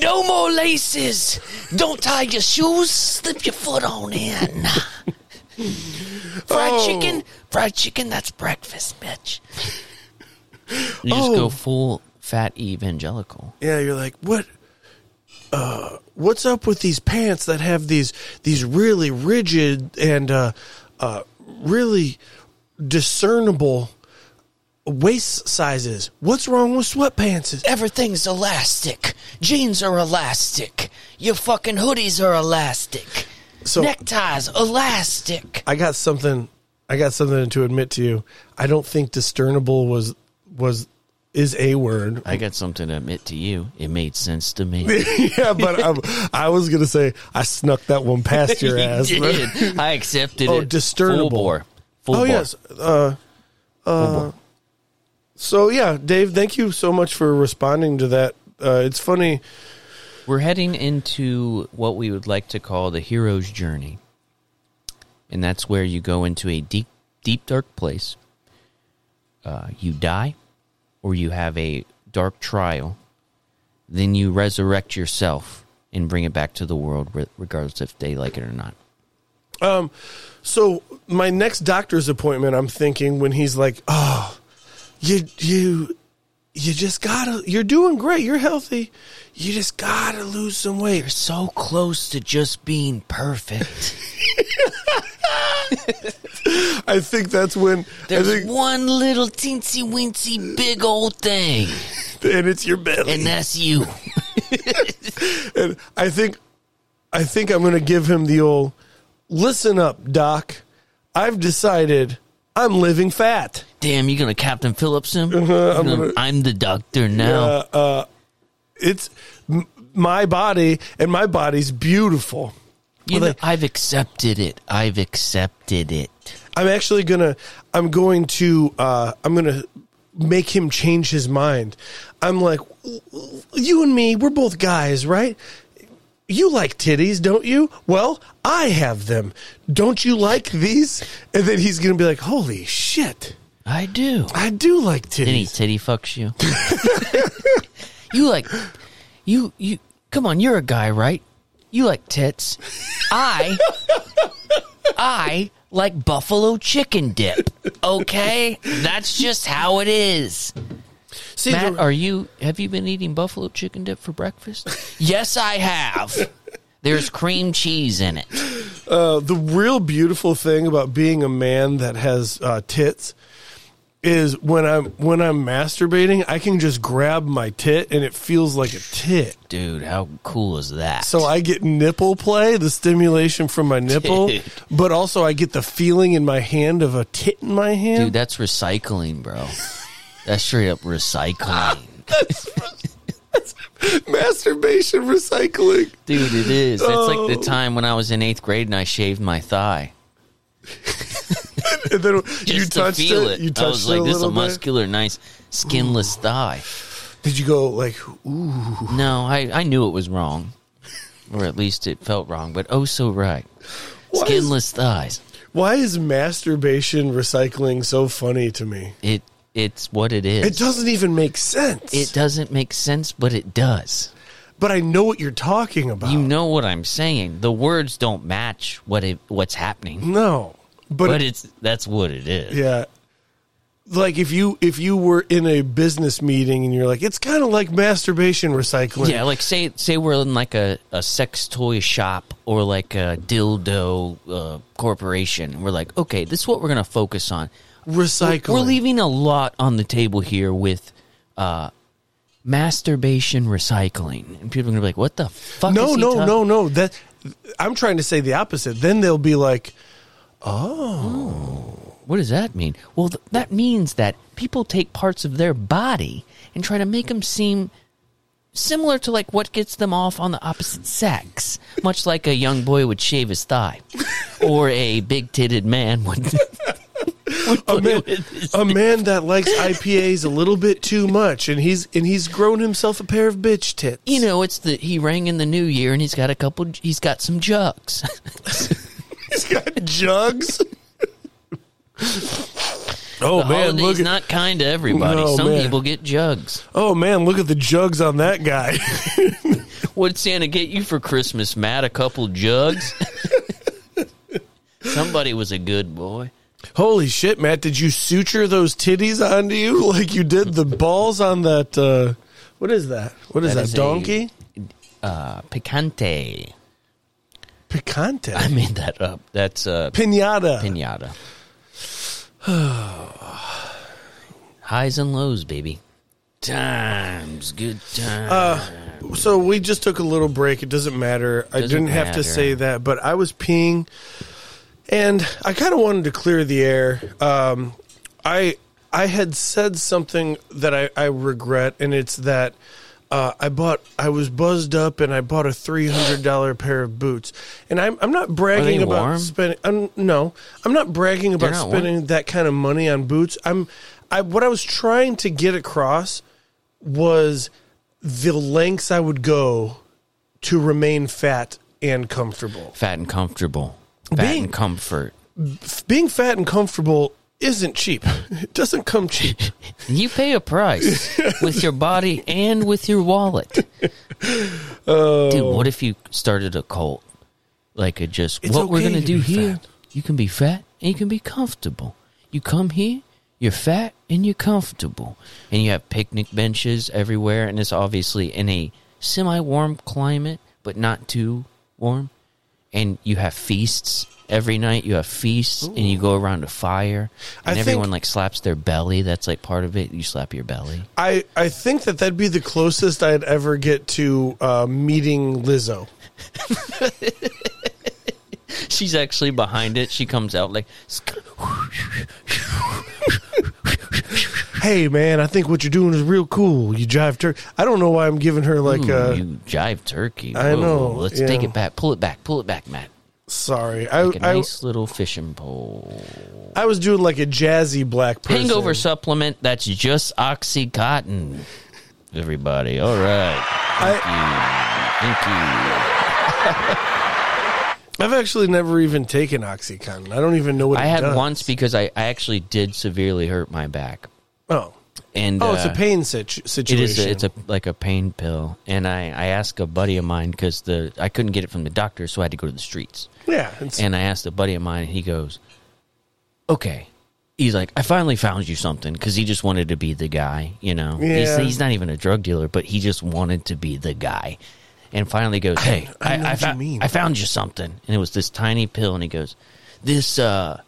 Speaker 2: no more laces. Don't tie your shoes. Slip your foot on in. fried
Speaker 1: Oh.
Speaker 2: chicken, fried chicken. That's breakfast, bitch. You just
Speaker 1: Oh.
Speaker 2: go full fat evangelical.
Speaker 1: Yeah, you're like, what? Uh, what's up with these pants that have these these really rigid and uh, uh, really discernible waist sizes? What's wrong with sweatpants?
Speaker 2: Everything's elastic. Jeans are elastic. Your fucking hoodies are elastic.
Speaker 1: So-
Speaker 2: Neckties elastic.
Speaker 1: I got something. I got something to admit to you. I don't think discernible was was is a word.
Speaker 2: I got something to admit to you. It made sense to me.
Speaker 1: yeah, but um, I was gonna say I snuck that one past your ass.
Speaker 2: You
Speaker 1: but-
Speaker 2: did. I accepted
Speaker 1: Oh,
Speaker 2: it.
Speaker 1: discernible.
Speaker 2: Full bore. Full
Speaker 1: oh
Speaker 2: bore.
Speaker 1: yes. Uh,
Speaker 2: Full bore.
Speaker 1: so yeah, Dave. Thank you so much for responding to that. Uh, it's funny.
Speaker 2: We're heading into what we would like to call the hero's journey. And that's where you go into a deep, deep, dark place. Uh, you die, or you have a dark trial. Then you resurrect yourself and bring it back to the world, re- regardless if they like it or not.
Speaker 1: So my next doctor's appointment, I'm thinking when he's like, "Oh, you you you just gotta. You're doing great. You're healthy. You just gotta lose some weight."
Speaker 2: You're so close to just being perfect.
Speaker 1: I think that's when
Speaker 2: There's
Speaker 1: I think,
Speaker 2: one little teensy weensy big old thing,
Speaker 1: and it's your belly.
Speaker 2: and
Speaker 1: And,
Speaker 2: that's you.
Speaker 1: I think, I think I'm going to give him the old "Listen up, Doc. I've decided I'm living fat.
Speaker 2: Damn, you gonna Captain Phillips him?
Speaker 1: Uh-huh,
Speaker 2: I'm, the doctor now.
Speaker 1: uh, It's m- my body, and my body's beautiful.
Speaker 2: you
Speaker 1: well,
Speaker 2: know, I've accepted it. I've accepted it.
Speaker 1: I'm actually gonna. I'm going to. Uh, I'm gonna make him change his mind. I'm like, you and me, we're both guys, right? You like titties, don't you? Well, I have them. Don't you like these? And then he's gonna be like, holy shit,
Speaker 2: I do.
Speaker 1: I do like
Speaker 2: Then he
Speaker 1: titties.
Speaker 2: titty fucks you. you like, you you. Come on, you're a guy, right? You like tits. I I like buffalo chicken dip. Okay, that's just how it is.
Speaker 1: See,
Speaker 2: Matt,
Speaker 1: the-
Speaker 2: are you? Have you been eating buffalo chicken dip for breakfast? yes, I have. There's cream cheese in it.
Speaker 1: uh, the real beautiful thing about being a man that has uh, tits is when I'm when I'm masturbating, I can just grab my tit and it feels like a tit.
Speaker 2: Dude, how cool is that?
Speaker 1: So I get nipple play, the stimulation from my nipple,
Speaker 2: Dude.
Speaker 1: but also I get the feeling in my hand of a tit in my hand.
Speaker 2: Dude, that's recycling, bro. That's straight up recycling.
Speaker 1: Masturbation recycling.
Speaker 2: Dude, it is. That's
Speaker 1: Oh.
Speaker 2: like the time when I was in eighth grade and I shaved my thigh.
Speaker 1: And then
Speaker 2: Just
Speaker 1: you
Speaker 2: to
Speaker 1: touched
Speaker 2: feel
Speaker 1: it.
Speaker 2: it.
Speaker 1: You touched
Speaker 2: I was
Speaker 1: it
Speaker 2: like,
Speaker 1: a
Speaker 2: this is a
Speaker 1: little bit.
Speaker 2: muscular, nice, skinless thigh.
Speaker 1: Did you go like, ooh,
Speaker 2: No, I, I knew it was wrong. Or at least it felt wrong, but oh so right.
Speaker 1: why is,
Speaker 2: Skinless thighs.
Speaker 1: Why is masturbation recycling so funny to me?
Speaker 2: It it's what it is.
Speaker 1: It doesn't even make sense.
Speaker 2: It doesn't make sense, but it does.
Speaker 1: but I know what you're talking about.
Speaker 2: You know what I'm saying. The words don't match what it what's happening,
Speaker 1: no, but,
Speaker 2: but, it's that's what it is.
Speaker 1: yeah. Like if you if you were in a business meeting and you're like, it's kind of like masturbation recycling.
Speaker 2: Yeah, like say say we're in like a, a sex toy shop or like a dildo uh, corporation. We're like, okay, this is what we're gonna focus on.
Speaker 1: recycling.
Speaker 2: We're leaving a lot on the table here with uh, masturbation recycling, and people are gonna be like, "What the fuck?"
Speaker 1: No,
Speaker 2: is he
Speaker 1: no,
Speaker 2: talking-
Speaker 1: no, no. That I'm trying to say the opposite. Then they'll be like,
Speaker 2: What does that mean? Well, th- that means that people take parts of their body and try to make them seem similar to like what gets them off on the opposite sex, much like a young boy would shave his thigh, or a big-titted man would. would
Speaker 1: a
Speaker 2: play
Speaker 1: man,
Speaker 2: with his-
Speaker 1: a man that likes IPAs a little bit too much, and he's and he's grown himself a pair of bitch tits.
Speaker 2: you know, it's the he rang in the new year and he's got a couple. He's got some jugs.
Speaker 1: he's got jugs. oh
Speaker 2: The
Speaker 1: man, look
Speaker 2: holiday's
Speaker 1: at
Speaker 2: not kind to everybody.
Speaker 1: No,
Speaker 2: Some
Speaker 1: man.
Speaker 2: people get jugs.
Speaker 1: oh man, look at the jugs on that guy.
Speaker 2: What'd Santa get you for Christmas, Matt? A couple jugs? Somebody was a good boy.
Speaker 1: Holy shit, Matt! Did you suture those titties onto you like you did the balls on that? Uh, what is that? What is
Speaker 2: That
Speaker 1: that?
Speaker 2: is a-
Speaker 1: donkey?
Speaker 2: Uh, picante.
Speaker 1: Picante.
Speaker 2: I made that up. That's uh,
Speaker 1: Pinata.
Speaker 2: pinata. Highs and lows, baby. Times, good times.
Speaker 1: So we just took a little break. It doesn't matter. I
Speaker 2: Doesn't
Speaker 1: didn't have
Speaker 2: matter.
Speaker 1: to say that, but I was peeing, and I kind of wanted to clear the air. Um, I I had said something that I, I regret, and it's that uh, I bought. I was buzzed up, and I bought a three hundred dollar pair of boots. And I'm I'm not bragging
Speaker 2: warm?
Speaker 1: about spending. I'm, no, I'm not bragging about
Speaker 2: not warm?
Speaker 1: spending that kind of money on boots. I'm. I what I was trying to get across was the lengths I would go to remain fat and comfortable.
Speaker 2: fat and comfortable. Fat
Speaker 1: Being-
Speaker 2: and comfort.
Speaker 1: Being fat and comfortable isn't cheap. It doesn't come cheap.
Speaker 2: You pay a price with your body and with your wallet. Dude, what if you started a cult? Like a just
Speaker 1: It's
Speaker 2: what we're
Speaker 1: okay
Speaker 2: gonna
Speaker 1: to
Speaker 2: do
Speaker 1: be
Speaker 2: here.
Speaker 1: fat.
Speaker 2: You can be fat and you can be comfortable. You come here, you're fat and you're comfortable. And you have picnic benches everywhere and it's obviously in a semi warm climate, but not too warm. And you have feasts every night. You have feasts and you go around a fire.
Speaker 1: I
Speaker 2: And
Speaker 1: think-
Speaker 2: everyone like slaps their belly. That's like part of it. You slap your belly.
Speaker 1: I, I think that that'd be the closest I'd ever get to uh, meeting Lizzo.
Speaker 2: She's actually behind it. She comes out like,
Speaker 1: Hey man, I think what you're doing is real cool. You jive turkey. I don't know why I'm giving her like
Speaker 2: "Ooh,
Speaker 1: a.
Speaker 2: Hmm, you jive turkey.
Speaker 1: I know,
Speaker 2: Let's
Speaker 1: yeah.
Speaker 2: take it back. Pull it back. Pull it back, Matt.
Speaker 1: Sorry, I,
Speaker 2: Like a
Speaker 1: I
Speaker 2: nice little fishing pole.
Speaker 1: I was doing like a jazzy black person.
Speaker 2: Hangover supplement that's just Oxycontin. Everybody. All right.
Speaker 1: I,
Speaker 2: Thank you.
Speaker 1: I've actually never even taken OxyContin. I don't even know what
Speaker 2: I
Speaker 1: it
Speaker 2: had
Speaker 1: does.
Speaker 2: once because I, I actually did severely hurt my back.
Speaker 1: Oh,
Speaker 2: And
Speaker 1: oh, it's a
Speaker 2: uh,
Speaker 1: pain situ-
Speaker 2: It
Speaker 1: situation.
Speaker 2: is. A, it's a like a pain pill, and I I asked a buddy of mine because the I couldn't get it from the doctor, so I had to go to the streets.
Speaker 1: Yeah, it's,
Speaker 2: And I asked a buddy of mine, and he goes, "Okay." He's like, "I finally found you something," because he just wanted to be the guy, you know. He's,
Speaker 1: Yeah.
Speaker 2: he's not even a drug dealer, but he just wanted to be the guy. And finally goes, "Hey,
Speaker 1: I
Speaker 2: I,
Speaker 1: know
Speaker 2: I,
Speaker 1: what you
Speaker 2: fou-
Speaker 1: mean."
Speaker 2: I found you something," and it was this tiny pill. And he goes, "This uh,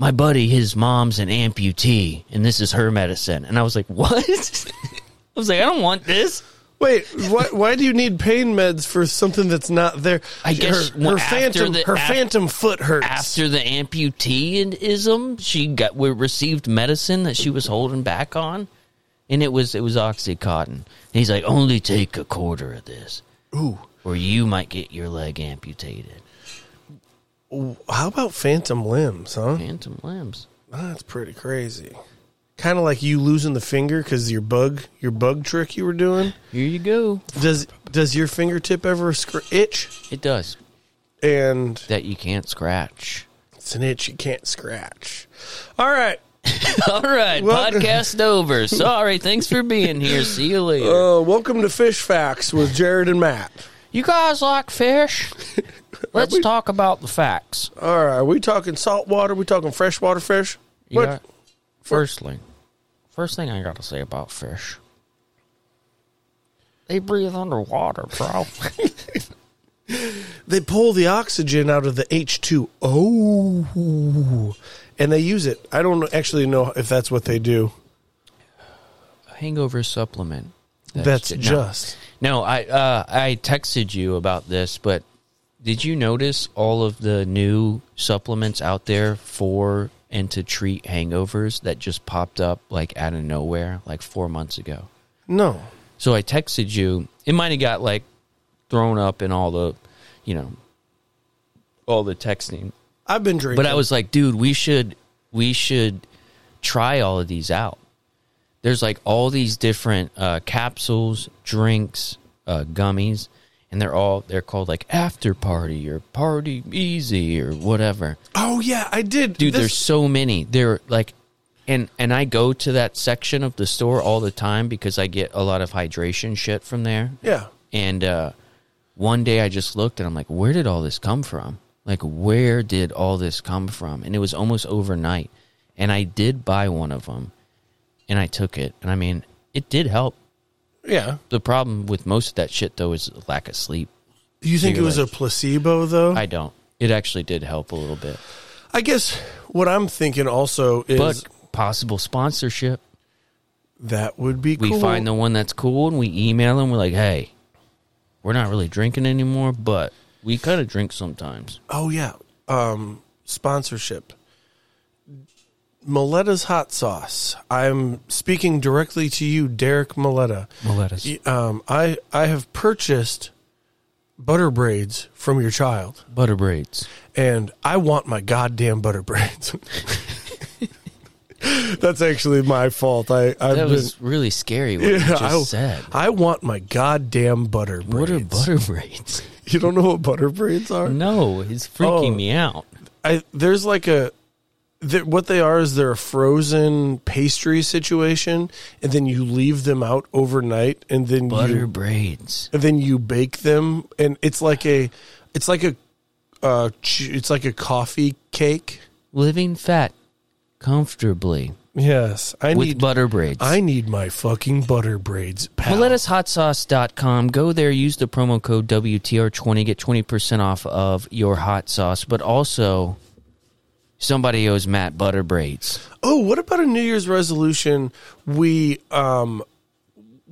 Speaker 2: my buddy, his mom's an amputee, and this is her medicine. And I was like, what? I was like, I don't want this.
Speaker 1: wait, why, why do you need pain meds for something that's not there?
Speaker 2: I guess
Speaker 1: her, her
Speaker 2: after
Speaker 1: phantom
Speaker 2: the-
Speaker 1: her
Speaker 2: af-
Speaker 1: phantom foot hurts.
Speaker 2: After the amputee and ism, she got we received medicine that she was holding back on, and it was it was oxycontin. And he's like, only take a quarter of this,
Speaker 1: Ooh,
Speaker 2: or you might get your leg amputated.
Speaker 1: how about phantom limbs, huh? Ah,
Speaker 2: Phantom limbs.
Speaker 1: That's pretty crazy. Kind of like you losing the finger because your bug your bug trick you were doing.
Speaker 2: Here you go.
Speaker 1: Does does your fingertip ever scr- itch?
Speaker 2: It does
Speaker 1: And
Speaker 2: that. You can't scratch.
Speaker 1: It's an itch you can't scratch. All right.
Speaker 2: All right,
Speaker 1: Well-
Speaker 2: podcast over. Sorry, thanks for being here. See you later.
Speaker 1: Uh, welcome to Fish Facts with Jared and Matt.
Speaker 2: you guys like fish? Let's talk about the facts.
Speaker 1: All right. Are we talking saltwater? we talking freshwater fish?
Speaker 2: You
Speaker 1: What?
Speaker 2: got- firstly, first thing I got to say about fish, they breathe underwater, bro.
Speaker 1: They pull the oxygen out of the H2O and they use it. I don't actually know if that's what they do.
Speaker 2: Hangover supplement.
Speaker 1: That's,
Speaker 2: it. No.
Speaker 1: just.
Speaker 2: No, I uh, I texted you about this, but did you notice all of the new supplements out there for and to treat hangovers that just popped up like out of nowhere, like four months ago?
Speaker 1: No.
Speaker 2: So I texted you. It might have got like thrown up in all the, you know, all the texting.
Speaker 1: I've been drinking.
Speaker 2: But I was like, dude, we should we should try all of these out. There's like all these different uh, capsules, drinks, uh, gummies, and they're all they're called like after party or party easy or whatever.
Speaker 1: Oh yeah, I did.
Speaker 2: Dude,
Speaker 1: This-
Speaker 2: there's so many. They're like, and and I go to that section of the store all the time because I get a lot of hydration shit from there.
Speaker 1: Yeah.
Speaker 2: And uh, one day I just looked and I'm like, where did all this come from? Like, where did all this come from? And it was almost overnight. And I did buy one of them and I took it. And I mean, it did help.
Speaker 1: Yeah.
Speaker 2: The problem with most of that shit, though, is lack of sleep.
Speaker 1: You think it
Speaker 2: You're
Speaker 1: was
Speaker 2: like-
Speaker 1: a placebo though? I,
Speaker 2: I don't. It actually did help a little bit.
Speaker 1: guess what I'm thinking also is
Speaker 2: But possible sponsorship.
Speaker 1: that would be
Speaker 2: We
Speaker 1: cool.
Speaker 2: find the one that's cool and we email them. We're like, hey, we're not really drinking anymore, but we kind of drink sometimes.
Speaker 1: oh yeah. Um sponsorship. Miletta's hot sauce. I'm speaking directly to you, Derek Miletta.
Speaker 2: Miletta's.
Speaker 1: Y- Um, I I have purchased butter braids from your child,
Speaker 2: Butter braids.
Speaker 1: and I want my goddamn butter braids. That's actually my fault. I I've
Speaker 2: That
Speaker 1: been,
Speaker 2: was really scary what you
Speaker 1: Yeah,
Speaker 2: just
Speaker 1: I,
Speaker 2: said.
Speaker 1: I want my goddamn butter braids.
Speaker 2: What are butter braids?
Speaker 1: You don't know what butter braids are?
Speaker 2: No, it's freaking
Speaker 1: Oh.
Speaker 2: me out.
Speaker 1: I there's like a th- what they are is they're a frozen pastry situation, and then you leave them out overnight, and then
Speaker 2: Butter
Speaker 1: you
Speaker 2: braids.
Speaker 1: and then you bake them, and it's like a it's like a uh, ch- it's like a coffee cake.
Speaker 2: Living fat comfortably
Speaker 1: Yes, I
Speaker 2: with
Speaker 1: need
Speaker 2: butter braids.
Speaker 1: I need my fucking butter braids. Pal.
Speaker 2: MiletusHotSauce.com. Go there, use the promo code WTR20, get 20% off of your hot sauce. But also, somebody owes Matt butter braids.
Speaker 1: Oh, what about a New Year's resolution? We um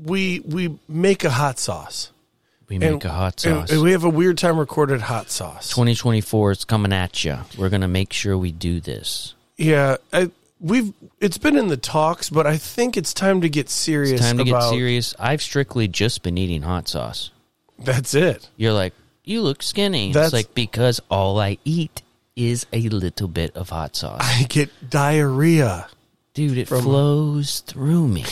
Speaker 1: we we make a hot sauce.
Speaker 2: We make
Speaker 1: And-
Speaker 2: a hot
Speaker 1: and-
Speaker 2: sauce.
Speaker 1: And we have a weird time recorded hot sauce.
Speaker 2: 2024 is coming at you. We're going to make sure we do this.
Speaker 1: Yeah, I, we've it's been in the talks, but I think it's time to get serious.
Speaker 2: Time to
Speaker 1: about,
Speaker 2: get serious. I've strictly just been eating hot sauce.
Speaker 1: That's it.
Speaker 2: You're like, you look skinny.
Speaker 1: That's-
Speaker 2: it's like because all I eat is a little bit of hot sauce.
Speaker 1: I get diarrhea.
Speaker 2: Dude, it flows through me.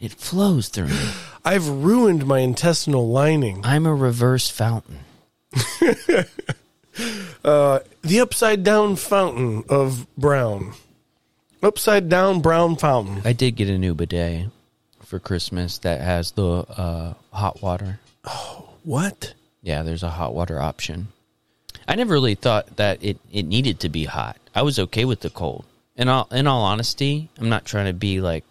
Speaker 2: it flows through me.
Speaker 1: I've ruined my intestinal lining.
Speaker 2: I'm a reverse fountain.
Speaker 1: The upside down fountain of brown. Upside down brown fountain.
Speaker 2: I did get a new bidet for Christmas that has the uh, hot water.
Speaker 1: What?
Speaker 2: Yeah, there's a hot water option. I never really thought that it, it needed to be hot. I was okay with the cold. In all in all honesty, I'm not trying to be like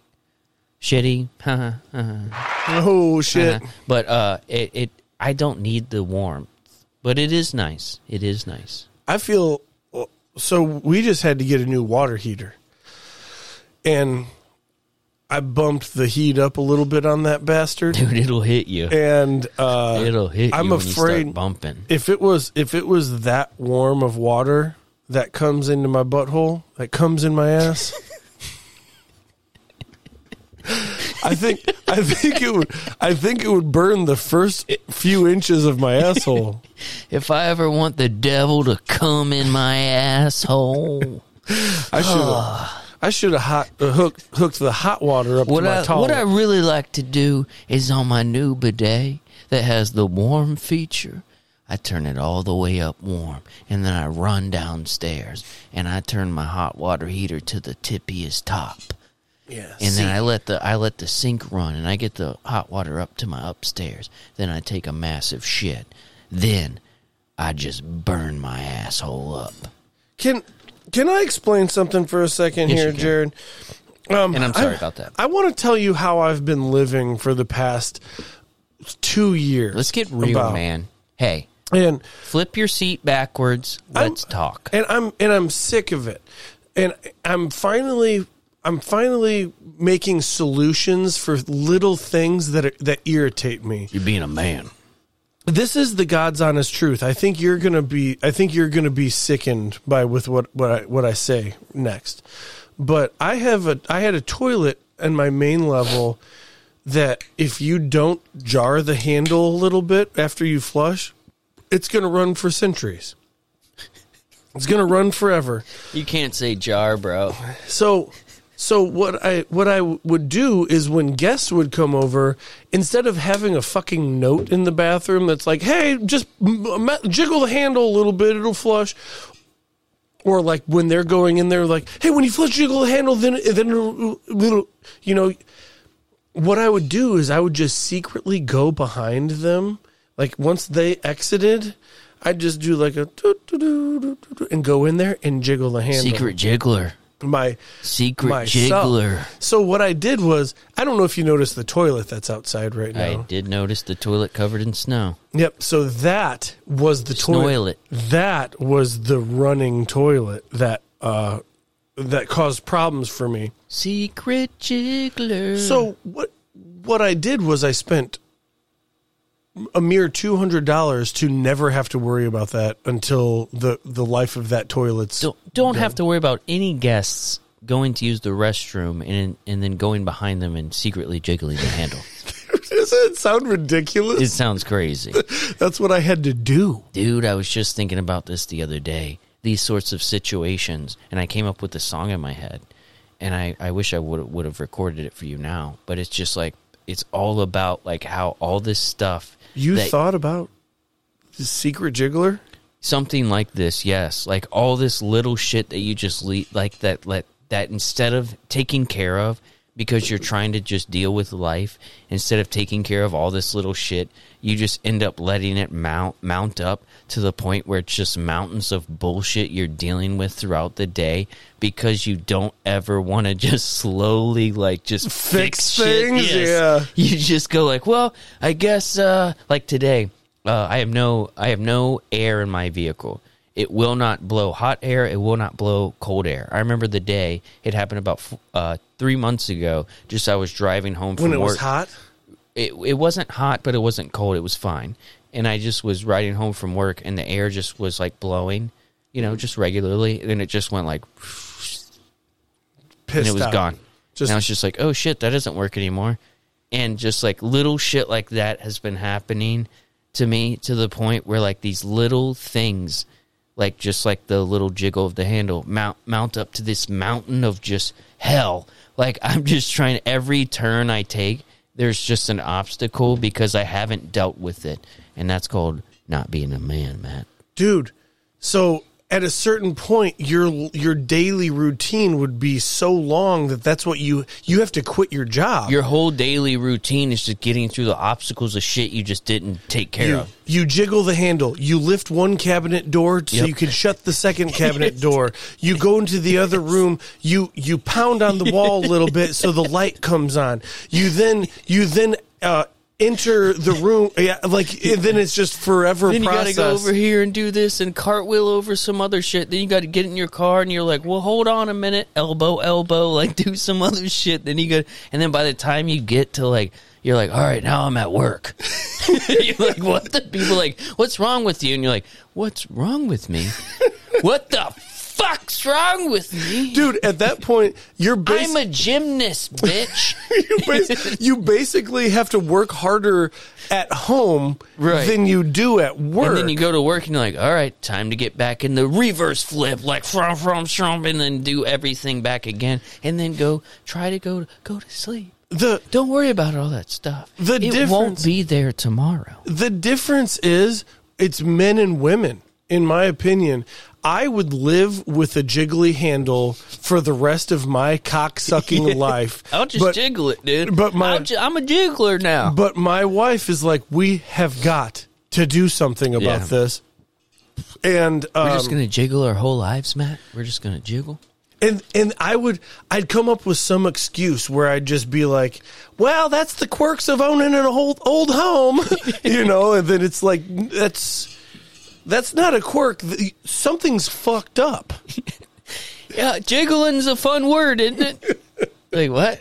Speaker 2: shitty.
Speaker 1: Oh shit.
Speaker 2: Uh-huh. but uh, it, it I don't need the warmth, but it is nice. It is nice.
Speaker 1: I feel so. We just had to get a new water heater, and I bumped the heat up a little bit on that bastard.
Speaker 2: Dude, it'll hit you.
Speaker 1: And uh,
Speaker 2: It'll hit.
Speaker 1: I'm
Speaker 2: you when you start
Speaker 1: afraid-
Speaker 2: bumping.
Speaker 1: if it was if it was that warm of water that comes into my butthole, that comes in my ass. I think I think it would I think it would burn the first i- few inches of my asshole.
Speaker 2: If I ever want the devil to come in my asshole,
Speaker 1: I should I should have hot uh, hooked hooked the hot water up
Speaker 2: what
Speaker 1: to my
Speaker 2: I
Speaker 1: towel.
Speaker 2: what I really like to do is on my new bidet that has the warm feature. I turn it all the way up warm, and then I run downstairs and I turn my hot water heater to the tippiest top.
Speaker 1: Yeah.
Speaker 2: And
Speaker 1: see,
Speaker 2: then I let the I let the sink run and I get the hot water up to my upstairs. Then I take a massive shit. Then I just burn my asshole up.
Speaker 1: can can I explain something for a second
Speaker 2: Yes,
Speaker 1: here,
Speaker 2: you can.
Speaker 1: Jared? Um,
Speaker 2: And I'm sorry
Speaker 1: I-
Speaker 2: about that.
Speaker 1: I want to tell you how I've been living for the past two years.
Speaker 2: Let's get real,
Speaker 1: about-
Speaker 2: man. Hey,
Speaker 1: And
Speaker 2: flip your seat backwards. Let's talk.
Speaker 1: and I'm and I'm sick of it. And I'm finally I'm finally making solutions for little things that are, that irritate me.
Speaker 2: You're being a man.
Speaker 1: This is the God's honest truth. I think you're gonna be I think you're gonna be sickened by with what what I, what I say next. But I have a I had a toilet in my main level that if you don't jar the handle a little bit after you flush, it's gonna run for centuries. It's gonna run forever.
Speaker 2: You can't say jar, bro.
Speaker 1: So so what I what I would do is when guests would come over, instead of having a fucking note in the bathroom that's like, "Hey, just m- m- jiggle the handle a little bit, it'll flush." Or like when they're going in there, like, "Hey, when you flush, jiggle the handle, then then it'll, it'll you know." What I would do is I would just secretly go behind them, like once they exited. I'd just do like a doo doo doo doo doo doo and go in there and jiggle the handle.
Speaker 2: Secret jiggler.
Speaker 1: My
Speaker 2: Secret
Speaker 1: myself.
Speaker 2: jiggler.
Speaker 1: So what I did was, I don't know if you noticed the toilet that's outside right now.
Speaker 2: I did notice the toilet covered in snow.
Speaker 1: Yep. So that was the toilet.
Speaker 2: Toilet.
Speaker 1: That was the running toilet that uh, that caused problems for me.
Speaker 2: Secret jiggler.
Speaker 1: So what what I did was I spent a mere two hundred dollars to never have to worry about that until the the life of that toilet's.
Speaker 2: don't don't have to worry about any guests going to use the restroom and and then going behind them and secretly jiggling the handle.
Speaker 1: Doesn't it sound ridiculous?
Speaker 2: It sounds crazy.
Speaker 1: that's what I had to do.
Speaker 2: Dude, I was just thinking about this the other day. These sorts of situations, and I came up with a song in my head, and I, I wish I would would have recorded it for you now. But it's just like it's all about like how all this stuff
Speaker 1: You
Speaker 2: that-
Speaker 1: thought about the secret jiggler?
Speaker 2: something like this yes like all this little shit that you just le- like that let that instead of taking care of because you're trying to just deal with life instead of taking care of all this little shit you just end up letting it mount mount up to the point where it's just mountains of bullshit you're dealing with throughout the day because you don't ever want to just slowly like just
Speaker 1: Fix
Speaker 2: fix, shit.
Speaker 1: things, yeah.
Speaker 2: Yes you just go like, well, I guess uh, like today, uh, I have no I have no air in my vehicle. It will not blow hot air. It will not blow cold air. I remember the day it happened about f- uh, three months ago. Just I was driving home from
Speaker 1: when it
Speaker 2: work
Speaker 1: was hot.
Speaker 2: it it wasn't hot, but it wasn't cold. It was fine. And I just was riding home from work, and the air just was like blowing, you know, just regularly. And then it just went like, and
Speaker 1: Pissed
Speaker 2: it was
Speaker 1: out.
Speaker 2: gone.
Speaker 1: Just-
Speaker 2: and I was just like, oh shit, that doesn't work anymore. And just like little shit like that has been happening to me to the point where like these little things, like just like the little jiggle of the handle, mount mount up to this mountain of just hell. Like I'm just trying every turn I take, there's just an obstacle because I haven't dealt with it, and that's called not being a man, Matt.
Speaker 1: Dude, so at a certain point your your daily routine would be so long that that's what you you have to quit your job.
Speaker 2: Your whole daily routine is just getting through the obstacles of shit you just didn't take care
Speaker 1: you,
Speaker 2: of.
Speaker 1: you jiggle the handle. You lift one cabinet door so
Speaker 2: Yep.
Speaker 1: you can shut the second cabinet door. You go into the other room. You you pound on the wall a little bit so the light comes on. You then you then uh, enter the room. Yeah, like then it's just forever
Speaker 2: Then you got to
Speaker 1: process.
Speaker 2: go over here and do this and cartwheel over some other shit. Then you got to get in your car and you're like, well, hold on a minute, elbow, elbow, like do some other shit. Then you go, and then by the time you get to like, you're like, all right, now I'm at work. you're like, what the people are like? What's wrong with you? And you're like, what's wrong with me? what the fuck's wrong with me?
Speaker 1: Dude, at that point, you're basically
Speaker 2: I'm a gymnast, bitch.
Speaker 1: you, bas- you basically have to work harder at home
Speaker 2: Right.
Speaker 1: than you do at work.
Speaker 2: And then you go to work and you're like, all right, time to get back in the reverse flip, like from from from, and then do everything back again, and then go try to go go to sleep.
Speaker 1: the
Speaker 2: Don't worry about all that stuff.
Speaker 1: The
Speaker 2: it
Speaker 1: difference-
Speaker 2: won't be there tomorrow.
Speaker 1: the difference is it's men and women, in my opinion. I would live with a jiggly handle for the rest of my cock sucking life.
Speaker 2: I'll just
Speaker 1: but,
Speaker 2: jiggle it, dude.
Speaker 1: but my-
Speaker 2: I'll ju- I'm a jiggler now.
Speaker 1: But my wife is like, we have got to do something about
Speaker 2: Yeah.
Speaker 1: this. And um,
Speaker 2: We're just gonna jiggle our whole lives, Matt. We're just gonna jiggle.
Speaker 1: and and I would I'd come up with some excuse where I'd just be like, "Well, that's the quirks of owning an old old home," you know, and then it's like that's that's not a quirk. The- Something's fucked up.
Speaker 2: Yeah, jiggling's a fun word, isn't it? like what?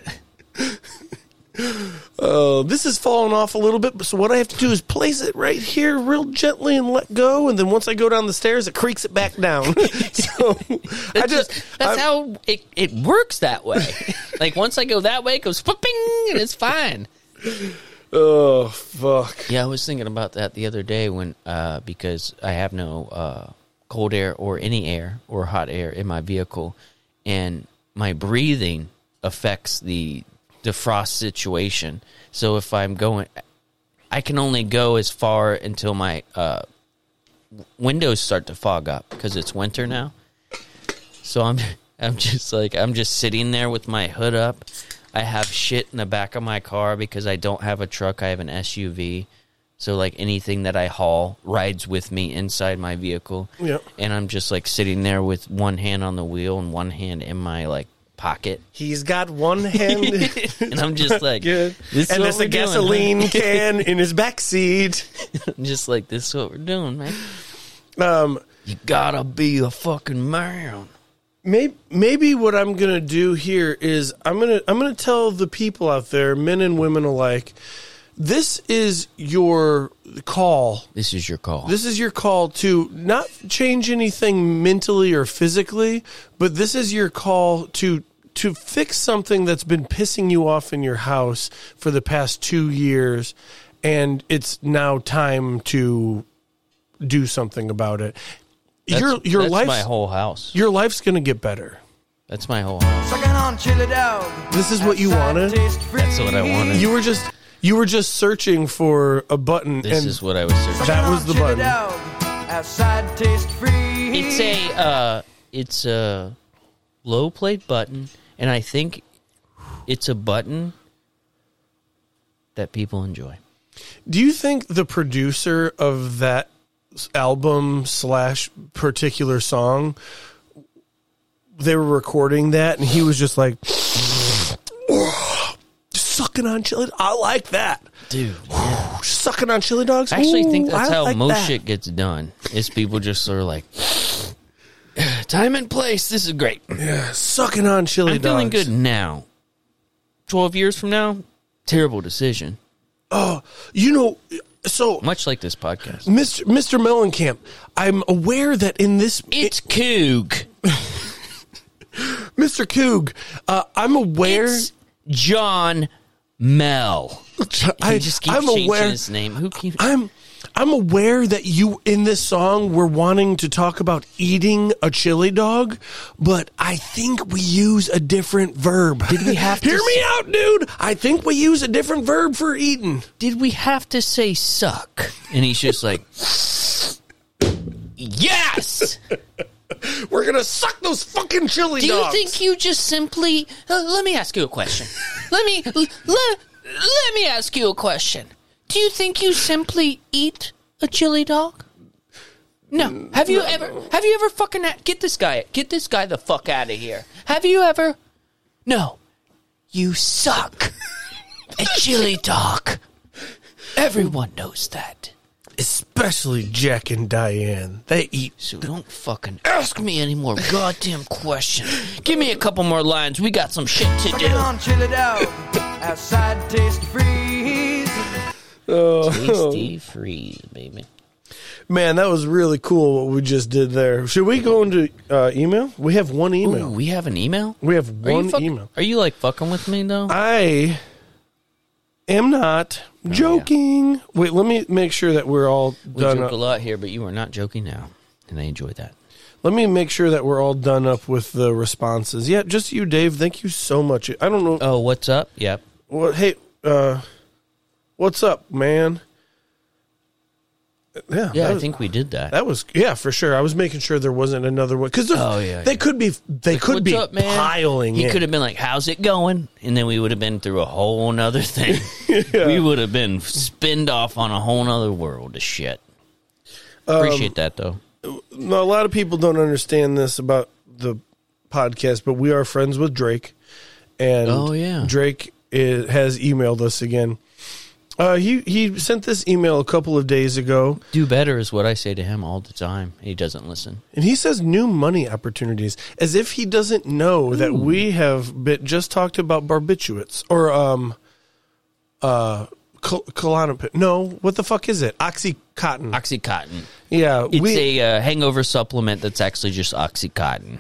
Speaker 1: Uh, this is falling off a little bit, so what I have to do is place it right here, real gently, and let go. And then once I go down the stairs, it creaks it back down. so I
Speaker 2: That's
Speaker 1: just,
Speaker 2: just, that's
Speaker 1: I-
Speaker 2: how it, it works that way. like once I go that way, it goes flipping, and it's fine.
Speaker 1: oh fuck.
Speaker 2: Yeah, I was thinking about that the other day when uh, because I have no uh, cold air or any air or hot air in my vehicle, and my breathing affects the defrost situation. So if I'm going, I can only go as far until my uh, w- windows start to fog up because it's winter now. So I'm I'm just like I'm just sitting there with my hood up. I have shit in the back of my car because I don't have a truck. I have an SUV. So like anything that I haul rides with me inside my vehicle.
Speaker 1: Yeah.
Speaker 2: And I'm just like sitting there with one hand on the wheel and one hand in my like pocket.
Speaker 1: He's got one hand.
Speaker 2: And I'm just like
Speaker 1: Good.
Speaker 2: This is
Speaker 1: and
Speaker 2: what
Speaker 1: there's
Speaker 2: we're
Speaker 1: a
Speaker 2: doing,
Speaker 1: gasoline
Speaker 2: huh?"
Speaker 1: can in his back seat.
Speaker 2: I'm just like this is what we're doing, man.
Speaker 1: Um,
Speaker 2: You gotta be a fucking man.
Speaker 1: maybe, maybe what I'm gonna do here is I'm gonna I'm gonna tell the people out there, men and women alike, this is your call.
Speaker 2: This is your call.
Speaker 1: This is your call to not change anything mentally or physically, but this is your call to to fix something that's been pissing you off in your house for the past two years, and it's now time to do something about it. your your
Speaker 2: that's
Speaker 1: life
Speaker 2: my whole house.
Speaker 1: your life's gonna get better.
Speaker 2: That's my whole house.
Speaker 4: Sucking on chili dog.
Speaker 1: This is what you wanted.
Speaker 4: That's
Speaker 2: what I wanted.
Speaker 1: You were just you were just searching for a button,
Speaker 2: This
Speaker 1: and
Speaker 2: is what I was searching.
Speaker 1: That was the button.
Speaker 4: Outside taste free.
Speaker 2: It's a uh, it's a low plate button, and I think it's a button that people enjoy.
Speaker 1: Do you think the producer of that s- album slash particular song, they were recording that, and he was just like, sucking on chili. I like that.
Speaker 2: Dude,
Speaker 1: Sucking on chili dogs.
Speaker 2: I actually think
Speaker 1: Ooh,
Speaker 2: that's
Speaker 1: I
Speaker 2: how
Speaker 1: like
Speaker 2: most
Speaker 1: that.
Speaker 2: shit gets done. Is people just sort of like time and place. This is great.
Speaker 1: Sucking on chili
Speaker 2: I'm
Speaker 1: dogs.
Speaker 2: doing good now. Twelve years from now, terrible decision.
Speaker 1: You know, so
Speaker 2: Much like this podcast.
Speaker 1: Mr. Mr. Mellencamp, I'm aware that in this
Speaker 2: It's Coog.
Speaker 1: Mr. Coog, uh, I'm aware.
Speaker 2: It's John Mel.
Speaker 1: I,
Speaker 2: He just keeps
Speaker 1: I'm
Speaker 2: changing
Speaker 1: aware.
Speaker 2: his name. Who keeps?
Speaker 1: I'm I'm aware that you in this song were wanting to talk about eating a chili dog, but I think we use a different verb. Did
Speaker 2: we have to
Speaker 1: Hear me
Speaker 2: s-
Speaker 1: out, dude. I think we use a different verb for eating.
Speaker 2: Did we have to say suck? And he's just like, yes.
Speaker 1: We're gonna suck those fucking chili
Speaker 2: Do you
Speaker 1: dogs.
Speaker 2: think you just simply? Uh, let me ask you a question. Let me l- let let me ask you a question. Do you think you simply eat a chili dog? No. Have you ever? Have you ever fucking a- get this guy? Get this guy the fuck out of here. Have you ever? No. You suck. a chili dog. Everyone knows that.
Speaker 1: especially Jack and Diane? They eat.
Speaker 2: So don't fucking ask me any more goddamn questions. Give me a couple more lines. We got some shit to
Speaker 4: Sucking
Speaker 2: do.
Speaker 4: on chili dog. Outside taste free.
Speaker 2: Tasty freeze, baby.
Speaker 1: Man, that was really cool what we just did there. Should we go into uh, email? We have one
Speaker 2: Ooh,
Speaker 1: email.
Speaker 2: we have an email.
Speaker 1: we have
Speaker 2: Are
Speaker 1: one
Speaker 2: you fuck-
Speaker 1: email.
Speaker 2: Are you like fucking with me though?
Speaker 1: I am not
Speaker 2: Oh,
Speaker 1: joking. Wait, let me make sure that we're all
Speaker 2: we
Speaker 1: done.
Speaker 2: joke a
Speaker 1: Up.
Speaker 2: lot here, but you are not joking now, and I enjoy that.
Speaker 1: Let me make sure that we're all done up with the responses. Yeah, just you, Dave. Thank you so much. I don't know.
Speaker 2: Oh, what's up? Yep.
Speaker 1: what, hey, uh, what's up, man? Yeah,
Speaker 2: Yeah,
Speaker 1: that
Speaker 2: I
Speaker 1: was-
Speaker 2: think we did that.
Speaker 1: That was yeah for sure. I was making sure there wasn't another one because
Speaker 2: Oh, yeah,
Speaker 1: they
Speaker 2: yeah.
Speaker 1: could be they could
Speaker 2: What's
Speaker 1: be
Speaker 2: up, man?
Speaker 1: piling.
Speaker 2: He
Speaker 1: in.
Speaker 2: could have been like, "How's it going?" And then we would have been through a whole nother thing. We would have been spinned off on a whole nother world of shit.
Speaker 1: Um,
Speaker 2: Appreciate that though.
Speaker 1: Now, a lot of people don't understand this about the podcast, but we are friends with Drake, and
Speaker 2: Oh, yeah.
Speaker 1: Drake is, has emailed us again. Uh, he he sent this email a couple of days ago,
Speaker 2: Do better is what I say to him all the time. He doesn't listen.
Speaker 1: and he says new money opportunities, as if he doesn't know that we have bit, just talked about barbiturates or um uh col- Klonopin- No, what the fuck is it? OxyContin.
Speaker 2: OxyContin.
Speaker 1: yeah,
Speaker 2: It's
Speaker 1: we,
Speaker 2: a uh, hangover supplement that's actually just OxyContin.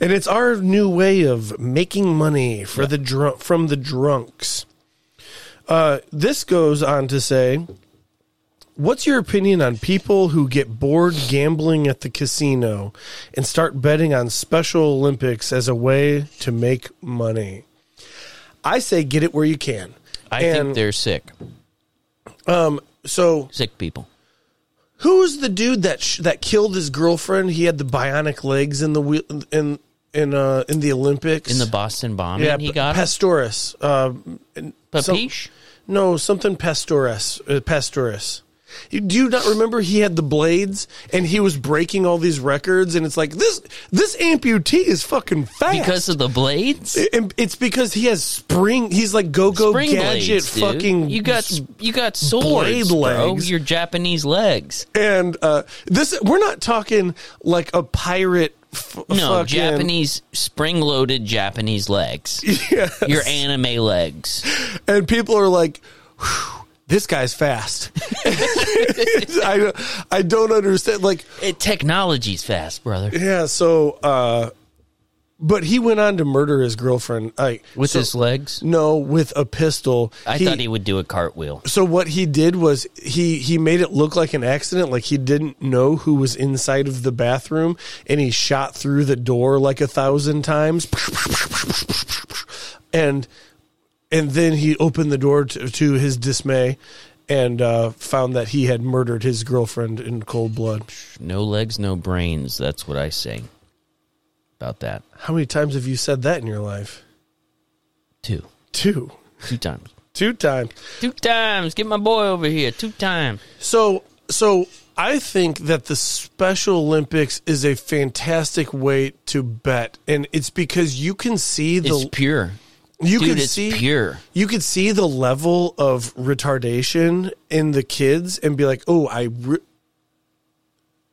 Speaker 1: And it's our new way of making money for the drunk from the drunks. Uh, this goes on to say, "What's your opinion on people who get bored gambling at the casino and start betting on Special Olympics as a way to make money?" I say, get it where you can.
Speaker 2: I
Speaker 1: and
Speaker 2: think they're sick.
Speaker 1: so.
Speaker 2: Sick people.
Speaker 1: Who's the dude that sh- that killed his girlfriend? He had the bionic legs in the wheel in in uh, in the Olympics
Speaker 2: In the Boston bombing, he
Speaker 1: P-
Speaker 2: got it.
Speaker 1: Pastores. Uh,
Speaker 2: But
Speaker 1: some-
Speaker 2: Peach?
Speaker 1: no, something Pastores. Uh, Pastores. You- Do you not remember he had the blades and he was breaking all these records? And it's like this this amputee is fucking fast.
Speaker 2: because of the blades.
Speaker 1: And it's because he has spring. He's like go go
Speaker 2: Spring
Speaker 1: gadget
Speaker 2: blades, dude.
Speaker 1: fucking.
Speaker 2: You got you got swords,
Speaker 1: blade
Speaker 2: bro.
Speaker 1: legs.
Speaker 2: Your Japanese legs.
Speaker 1: and uh, this. We're not talking like a pirate. F-
Speaker 2: No,
Speaker 1: fucking,
Speaker 2: Japanese spring-loaded Japanese legs.
Speaker 1: Yes.
Speaker 2: Your anime legs.
Speaker 1: and people are like, "Whew, "This guy's fast." I I don't understand. Like,
Speaker 2: It, technology's fast, brother.
Speaker 1: yeah. So, uh, but he went on to murder his girlfriend. Like
Speaker 2: With
Speaker 1: so-
Speaker 2: his legs,
Speaker 1: No, with a pistol.
Speaker 2: I thought he would do a cartwheel.
Speaker 1: So what he did was he he made it look like an accident, like he didn't know who was inside of the bathroom, and he shot through the door like a thousand times, and and then he opened the door to, to his dismay, and uh, found that he had murdered his girlfriend in cold blood.
Speaker 2: No legs, no brains. That's what I say about that.
Speaker 1: How many times have you said that in your life?
Speaker 2: Two,
Speaker 1: Two,
Speaker 2: two times,
Speaker 1: two times.
Speaker 2: two times. Get my boy over here. Two times.
Speaker 1: So, so I think that the Special Olympics is a fantastic way to bet, and it's because you can see the
Speaker 2: It's pure.
Speaker 1: you
Speaker 2: Dude,
Speaker 1: can
Speaker 2: it's
Speaker 1: see
Speaker 2: pure.
Speaker 1: you could see the level of retardation in the kids, and be like, oh, I re-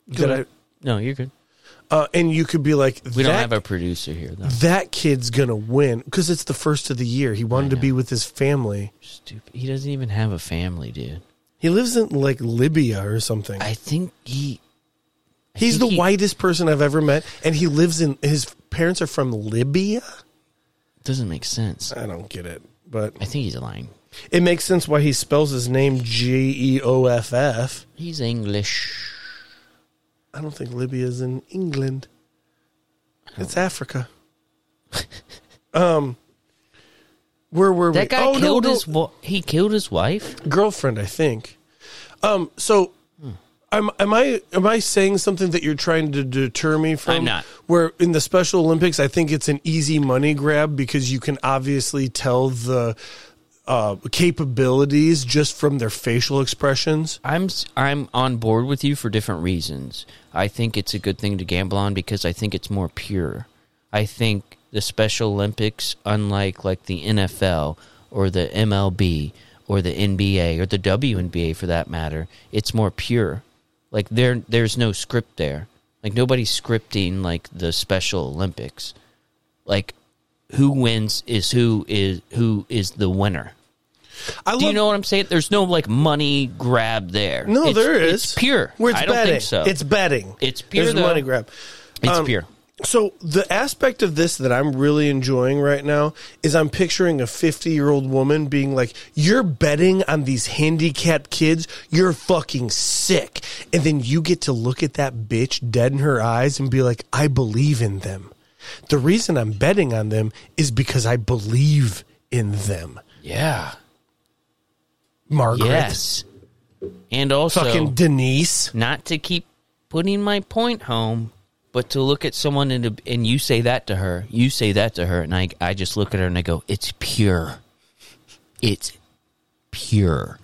Speaker 1: did I,
Speaker 2: No, you're good.
Speaker 1: uh, and you could be like,
Speaker 2: We
Speaker 1: that,
Speaker 2: don't have a producer here, though.
Speaker 1: that kid's gonna win because it's the first of the year. He wanted to be with his family.
Speaker 2: Stupid. He doesn't even have a family, dude.
Speaker 1: He lives in like Libya or something.
Speaker 2: I think he
Speaker 1: He's
Speaker 2: think
Speaker 1: the
Speaker 2: he-
Speaker 1: whitest person I've ever met, and he lives in his parents are from Libya.
Speaker 2: doesn't make sense.
Speaker 1: I don't get it, but
Speaker 2: I think he's lying.
Speaker 1: it makes sense why he spells his name G E O F F.
Speaker 2: He's English.
Speaker 1: I don't think Libya is in England. It's Africa. um, where were we?
Speaker 2: That guy
Speaker 1: Oh, no,
Speaker 2: killed
Speaker 1: no,
Speaker 2: his wa- he killed his wife.
Speaker 1: girlfriend, I think. Um, so. Am, am I am I saying something that you're trying to deter me from?
Speaker 2: I'm not.
Speaker 1: Where in the Special Olympics, I think it's an easy money grab because you can obviously tell the uh, capabilities just from their facial expressions.
Speaker 2: I'm s- I'm on board with you for different reasons. I think it's a good thing to gamble on because I think it's more pure. I think the Special Olympics, unlike like the NFL or the MLB or the NBA or the WNBA for that matter, it's more pure. Like there there's no script there. Like nobody's scripting like the Special Olympics. Like who wins is who is who is the winner.
Speaker 1: I love,
Speaker 2: Do you know what I'm saying? There's no like money grab there.
Speaker 1: No,
Speaker 2: It's-
Speaker 1: there is.
Speaker 2: It's pure.
Speaker 1: Where it's
Speaker 2: I don't
Speaker 1: betting.
Speaker 2: think so.
Speaker 1: It's betting.
Speaker 2: It's pure,
Speaker 1: There's a
Speaker 2: though.
Speaker 1: money grab.
Speaker 2: It's
Speaker 1: um,
Speaker 2: pure.
Speaker 1: So the aspect of this that I'm really enjoying right now is I'm picturing a 50 year old woman being like, "You're betting on these handicapped kids. You're fucking sick." And then you get to look at that bitch dead in her eyes and be like, "I believe in them." The reason I'm betting on them is because I believe in them,
Speaker 2: Yeah.
Speaker 1: Margaret.
Speaker 2: Yes. And also,
Speaker 1: Fucking Denise.
Speaker 2: not to keep putting my point home, but to look at someone and, to, and you say that to her, you say that to her, and I, I just look at her and I go, it's pure. It's pure.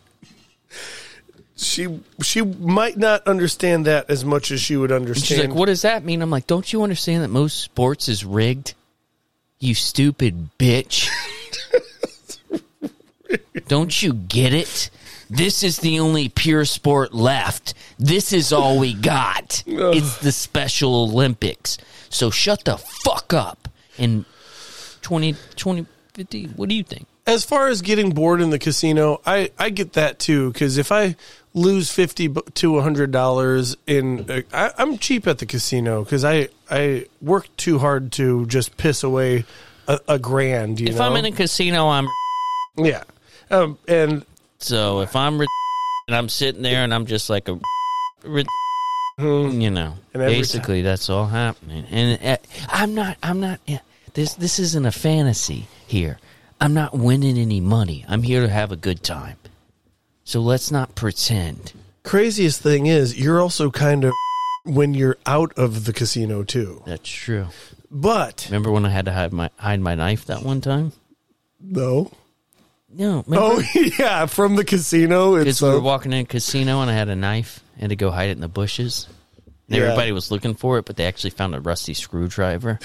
Speaker 1: She she might not understand that as much as she would
Speaker 2: And
Speaker 1: understand.
Speaker 2: she's like, what does that mean? I'm like, don't you understand that most sports is rigged? You stupid bitch. don't you get it? This is the only pure sport left. This is all we got. it's the Special Olympics. So shut the fuck up. And 20, 2050, what do you think?
Speaker 1: as far as getting bored in the casino, I, I get that too. Because if I lose fifty bu- to hundred dollars in, uh, I, I'm cheap at the casino because I I work too hard to just piss away a, a grand. You
Speaker 2: If
Speaker 1: know,
Speaker 2: I'm in a casino, I'm
Speaker 1: yeah, um, and
Speaker 2: so if I'm re- and I'm sitting there and I'm just like a re- you know,
Speaker 1: Hmm. And every
Speaker 2: basically that's all happening. And uh, I'm not, I'm not. yeah, This this isn't a fantasy here. I'm not winning any money. I'm here to have a good time. So let's not pretend.
Speaker 1: craziest thing is you're also kind of when you're out of the casino too.
Speaker 2: That's true.
Speaker 1: But
Speaker 2: Remember when I had to hide my hide my knife that one time?
Speaker 1: no,
Speaker 2: No,
Speaker 1: oh
Speaker 2: remember?
Speaker 1: yeah, from the casino,
Speaker 2: because
Speaker 1: it's
Speaker 2: we
Speaker 1: uh,
Speaker 2: were walking in a casino and I had a knife and to go hide it in the bushes. And
Speaker 1: Yeah.
Speaker 2: Everybody was looking for it, but they actually found a rusty screwdriver.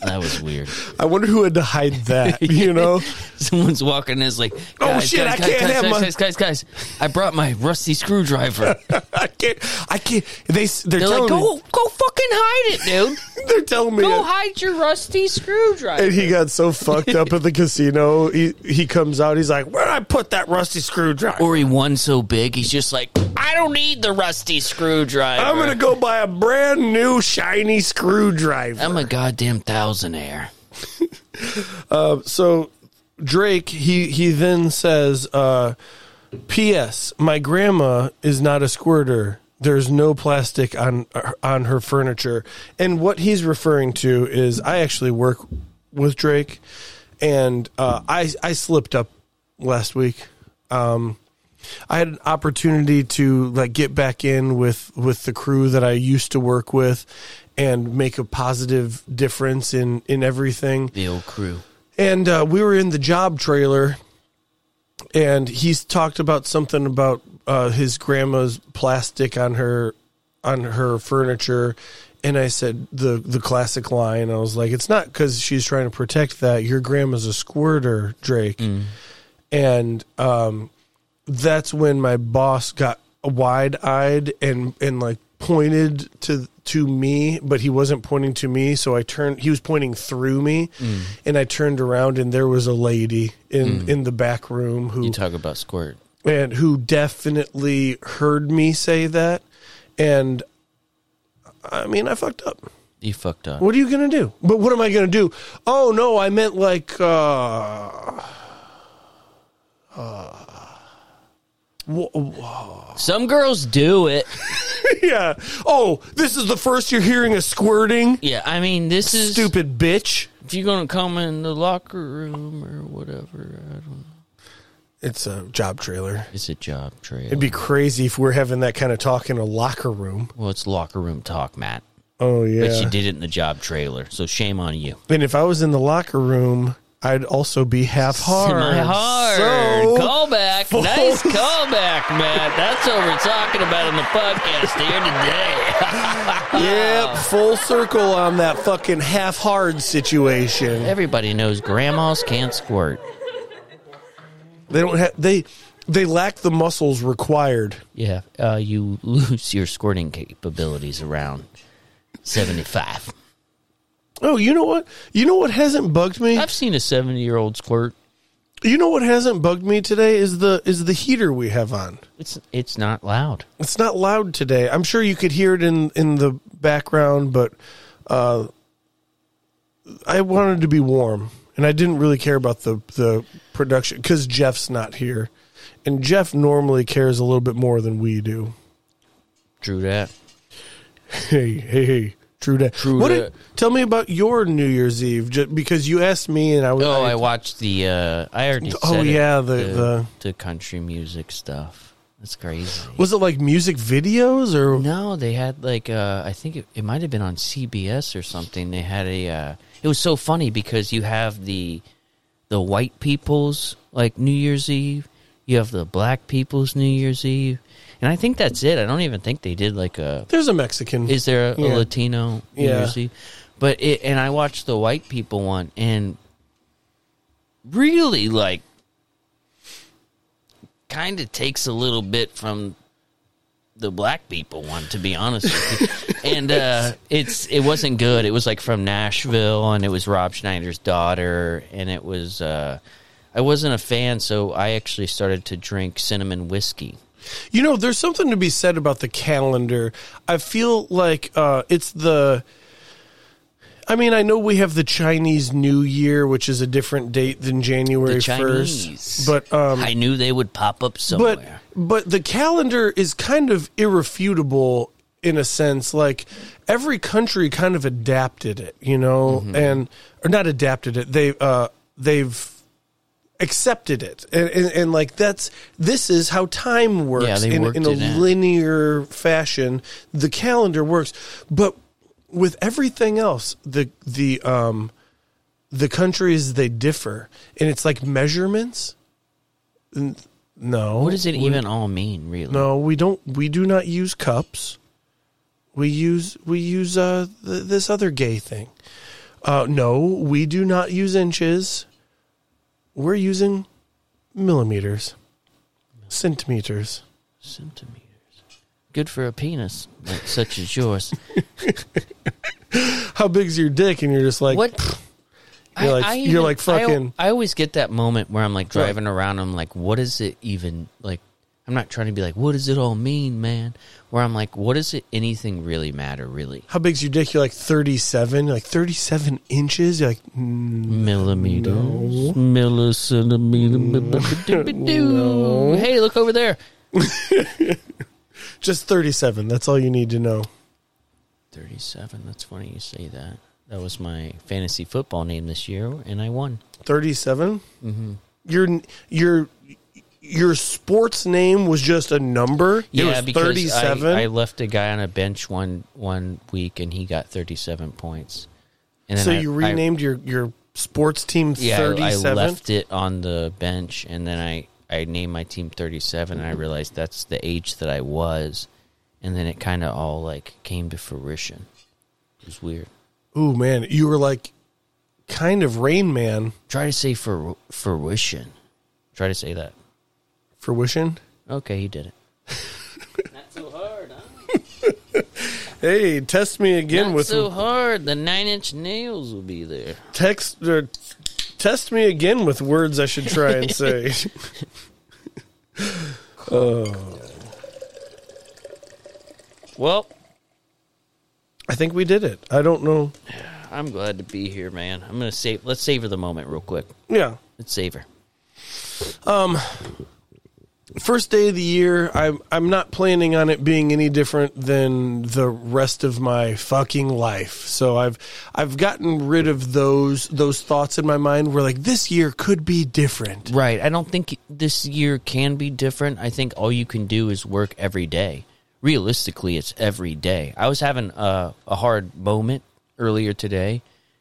Speaker 2: that was weird.
Speaker 1: I wonder who had to hide that. You know.
Speaker 2: Someone's walking in is like,
Speaker 1: Oh,
Speaker 2: "Guys,
Speaker 1: shit,
Speaker 2: guys,
Speaker 1: I
Speaker 2: guys,
Speaker 1: can't
Speaker 2: guys,
Speaker 1: have
Speaker 2: guys,
Speaker 1: my-
Speaker 2: guys, guys, guys, I brought my rusty screwdriver.
Speaker 1: I can't. I can't. They they're,
Speaker 2: They're
Speaker 1: telling me.
Speaker 2: like, go, go fucking hide it, dude.
Speaker 1: They're telling me.
Speaker 2: Go
Speaker 1: it.
Speaker 2: hide your rusty screwdriver.
Speaker 1: And he got so fucked up at the casino. He he comes out. He's like, "Where'd I put that rusty screwdriver?
Speaker 2: Or he won so big, he's just like, I don't need the rusty screwdriver.
Speaker 1: I'm gonna go buy a brand new shiny screwdriver."
Speaker 2: I'm a goddamn thousandaire.
Speaker 1: so Drake he he then says, uh, "P.S. My grandma is not a squirter. There's no plastic on on her furniture." And what he's referring to is I actually work with Drake, and uh, I I slipped up last week. Um, I had an opportunity to like get back in with with the crew that I used to work with and make a positive difference in in everything
Speaker 2: The old crew.
Speaker 1: and uh, we were in the job trailer and he's talked about something about uh, his grandma's plastic on her on her furniture and i said the the classic line i was like it's not because she's trying to protect that your grandma's a squirter drake and um, that's when my boss got wide eyed and and like pointed to to me, but he wasn't pointing to me. So I turned. He was pointing through me,
Speaker 2: Mm.
Speaker 1: and I turned around, and there was a lady in in the back room who
Speaker 2: You talk about squirt.
Speaker 1: and who definitely heard me say that, and I mean I fucked up.
Speaker 2: You fucked up.
Speaker 1: What are you gonna do? But what am I gonna do? Oh no, I meant like uh, uh wha- wha-
Speaker 2: Some girls do it.
Speaker 1: yeah. Oh, this is the first you're hearing a squirting,
Speaker 2: Yeah, I mean, this is
Speaker 1: stupid bitch.
Speaker 2: If you're gonna come in the locker room or whatever, I don't. know.
Speaker 1: It's a job trailer.
Speaker 2: It's a job trade.
Speaker 1: It'd be crazy if we are having that kind of talk in a locker room.
Speaker 2: well, it's locker room talk, Matt.
Speaker 1: Oh
Speaker 2: But you
Speaker 1: yeah.
Speaker 2: did it in the job trailer, so shame on you.
Speaker 1: And if I was in the locker room, I'd also be half hard.
Speaker 2: My heart.
Speaker 1: So-
Speaker 2: callback. Nice callback, Matt. That's what we're talking about on the podcast here today.
Speaker 1: Yep, full circle on that fucking half hard situation.
Speaker 2: Everybody knows grandmas can't squirt.
Speaker 1: They don't have they they lack the muscles required.
Speaker 2: Yeah, uh, you lose your squirting capabilities around seventy-five.
Speaker 1: Oh, you know what? You know what hasn't bugged me?
Speaker 2: I've seen a seventy-year-old squirt.
Speaker 1: You know what hasn't bugged me today is the is the heater we have on.
Speaker 2: It's it's not loud.
Speaker 1: It's not loud today. I'm sure you could hear it in in the background, but uh I wanted to be warm and I didn't really care about the the production cuz Jeff's not here. And Jeff normally cares a little bit more than we do.
Speaker 2: Drew that.
Speaker 1: Hey, hey, hey. True that.
Speaker 2: True
Speaker 1: what
Speaker 2: dat.
Speaker 1: Did, tell me about your New Year's Eve, ju- because you asked me, and I was.
Speaker 2: Oh, I watched the. Uh, I already.
Speaker 1: Oh,
Speaker 2: said it,
Speaker 1: yeah, the- the-
Speaker 2: the country music stuff. That's crazy.
Speaker 1: Was it like music videos or
Speaker 2: No, they had like uh, I think it, it might have been on CBS or something. They had a. Uh, it was so funny because you have the the white people's like New Year's Eve. You have the black people's New Year's Eve, and I think that's it. I don't even think they did like a.
Speaker 1: there's a Mexican?
Speaker 2: Is there a,
Speaker 1: Yeah.
Speaker 2: Latino New
Speaker 1: Yeah.
Speaker 2: Year's Eve? But it, and I watched the white people one and really like kind of takes a little bit from the black people one to be honest with you. and uh it's it wasn't good it was like from nashville and it was rob schneider's daughter and it was uh i wasn't a fan so i actually started to drink cinnamon whiskey
Speaker 1: You know, there's something to be said about the calendar. I feel like uh, it's the. I mean, I know we have the Chinese New Year, which is a different date than January
Speaker 2: the
Speaker 1: first.
Speaker 2: chinese
Speaker 1: But um,
Speaker 2: i knew they would pop up somewhere
Speaker 1: but but the calendar is kind of irrefutable in a sense like every country kind of adapted it you know
Speaker 2: Mm-hmm.
Speaker 1: and or not adapted it they uh they've accepted it and, and and like that's this is how time works
Speaker 2: Yeah, they
Speaker 1: in,
Speaker 2: worked
Speaker 1: in a
Speaker 2: it out.
Speaker 1: linear fashion the calendar works but with everything else the the um the countries they differ and it's like measurements N- no
Speaker 2: what does it even all mean really
Speaker 1: no, we don't. We do not use cups. We use we use uh th- this other gay thing. Uh, no, we do not use inches. We're using millimeters, centimeters.
Speaker 2: centimeters good for a penis like such as yours
Speaker 1: How big's your dick? And you're just like,
Speaker 2: what
Speaker 1: You're like- you're
Speaker 2: even-
Speaker 1: like
Speaker 2: I al-
Speaker 1: fucking-
Speaker 2: I, always get that moment where I'm like driving around. I'm like, what is it even like? I'm not trying to be like, what does it all mean, man? Where I'm like, what does it anything really matter? Really,
Speaker 1: How big's your dick? You're like 37. You're like 37 inches. You're like, mm,
Speaker 2: millimeters, millicentimeter. Hey, look over there.
Speaker 1: just 37. That's all you need to know.
Speaker 2: Thirty-seven. That's funny you say that. That was my fantasy football name this year, and I won.
Speaker 1: 37. Your your your sports name was just a number.
Speaker 2: yeah,
Speaker 1: it was
Speaker 2: because
Speaker 1: 37.
Speaker 2: I, I left a guy on a bench one one week, and he got 37 points. And
Speaker 1: so
Speaker 2: I-
Speaker 1: you
Speaker 2: I-
Speaker 1: renamed your your sports team
Speaker 2: yeah, I-
Speaker 1: 37.
Speaker 2: I left it on the bench, and then I I named my team 37, and I realized that's the age that I was, and then it kind of all like came to fruition. It was weird.
Speaker 1: Ooh man, you were like kind of Rain Man
Speaker 2: Try to say for fruition. Try to say that.
Speaker 1: fruition.
Speaker 2: Okay, you did it. Not so hard, huh?
Speaker 1: Hey, test me again
Speaker 2: Not
Speaker 1: with
Speaker 2: so hard. The nine inch nails will be there.
Speaker 1: text or test me again with words I should try and say.
Speaker 2: Well,
Speaker 1: I think we did it. I don't know.
Speaker 2: I'm glad to be here, man. I'm gonna save. Let's savor the moment real quick.
Speaker 1: Yeah.
Speaker 2: Let's savor.
Speaker 1: first day of the year i'm i'm not planning on it being any different than the rest of my fucking life so i've i've gotten rid of those those thoughts in my mind where like this year could be different
Speaker 2: Right. I don't think this year can be different. I think all you can do is work every day. Realistically, it's every day. I was having a, a hard moment earlier today,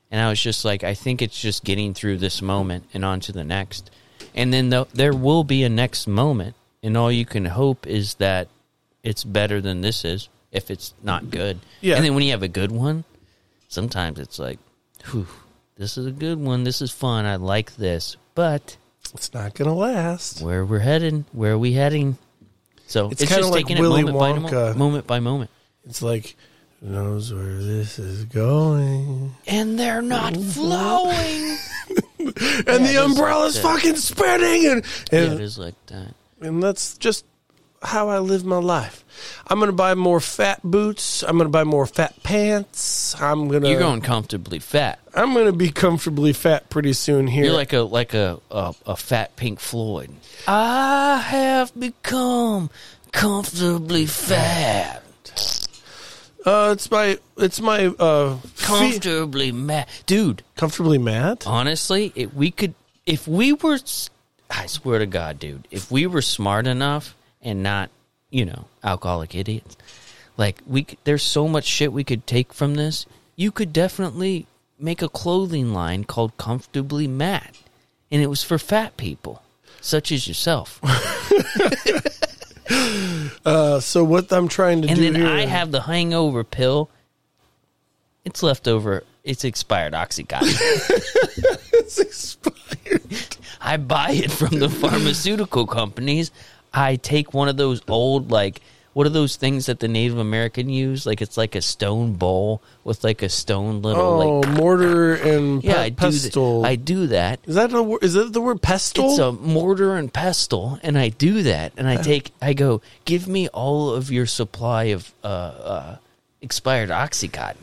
Speaker 2: and I was just like, I think it's just getting through this moment and on to the next. And then tho- there will be a next moment, and all you can hope is that it's better than this is if it's not good.
Speaker 1: Yeah.
Speaker 2: And then when you have a good one, sometimes it's like, whew, this is a good one. This is fun. I like this. But
Speaker 1: it's not gonna last
Speaker 2: where we're heading, where are we heading. So
Speaker 1: It's
Speaker 2: it's,
Speaker 1: kinda
Speaker 2: just
Speaker 1: like
Speaker 2: taking it
Speaker 1: Willy
Speaker 2: moment by
Speaker 1: Wonka.
Speaker 2: moment, moment by moment.
Speaker 1: it's like who knows where this is going
Speaker 2: And they're not flowing.
Speaker 1: and the
Speaker 2: it is
Speaker 1: umbrella's
Speaker 2: like that.
Speaker 1: fucking spinning and
Speaker 2: yeah,
Speaker 1: and,
Speaker 2: it is like that.
Speaker 1: and that's just how i live my life i'm gonna buy more fat boots i'm gonna buy more fat pants i'm gonna
Speaker 2: You're going comfortably fat.
Speaker 1: I'm gonna be comfortably fat pretty soon here.
Speaker 2: You're like a like a, a a fat Pink Floyd. I have become comfortably fat,
Speaker 1: uh, it's my it's my uh fe-
Speaker 2: comfortably mad, dude.
Speaker 1: comfortably mad.
Speaker 2: honestly, it, we could if we were. s- I swear to God, dude, if we were smart enough and not you know alcoholic idiots. Like we, c- there's so much shit we could take from this. You could definitely make a clothing line called Comfortably Matt, and it was for fat people such as yourself.
Speaker 1: Uh, so what I'm trying to
Speaker 2: and
Speaker 1: do
Speaker 2: then
Speaker 1: here,
Speaker 2: I have the hangover pill. It's leftover. It's expired OxyContin.
Speaker 1: it's expired.
Speaker 2: I buy it from the pharmaceutical companies. I take one of those old like what are those things that the Native American use? Like it's like a stone bowl with like a stone little
Speaker 1: Oh,
Speaker 2: like
Speaker 1: mortar and
Speaker 2: yeah.
Speaker 1: pe-
Speaker 2: I do
Speaker 1: pestle.
Speaker 2: that. I do that.
Speaker 1: is that a, wor- is that the word pestle?
Speaker 2: It's a mortar and pestle, and I do that, and I take, I go, give me all of your supply of uh, uh, expired oxycontin,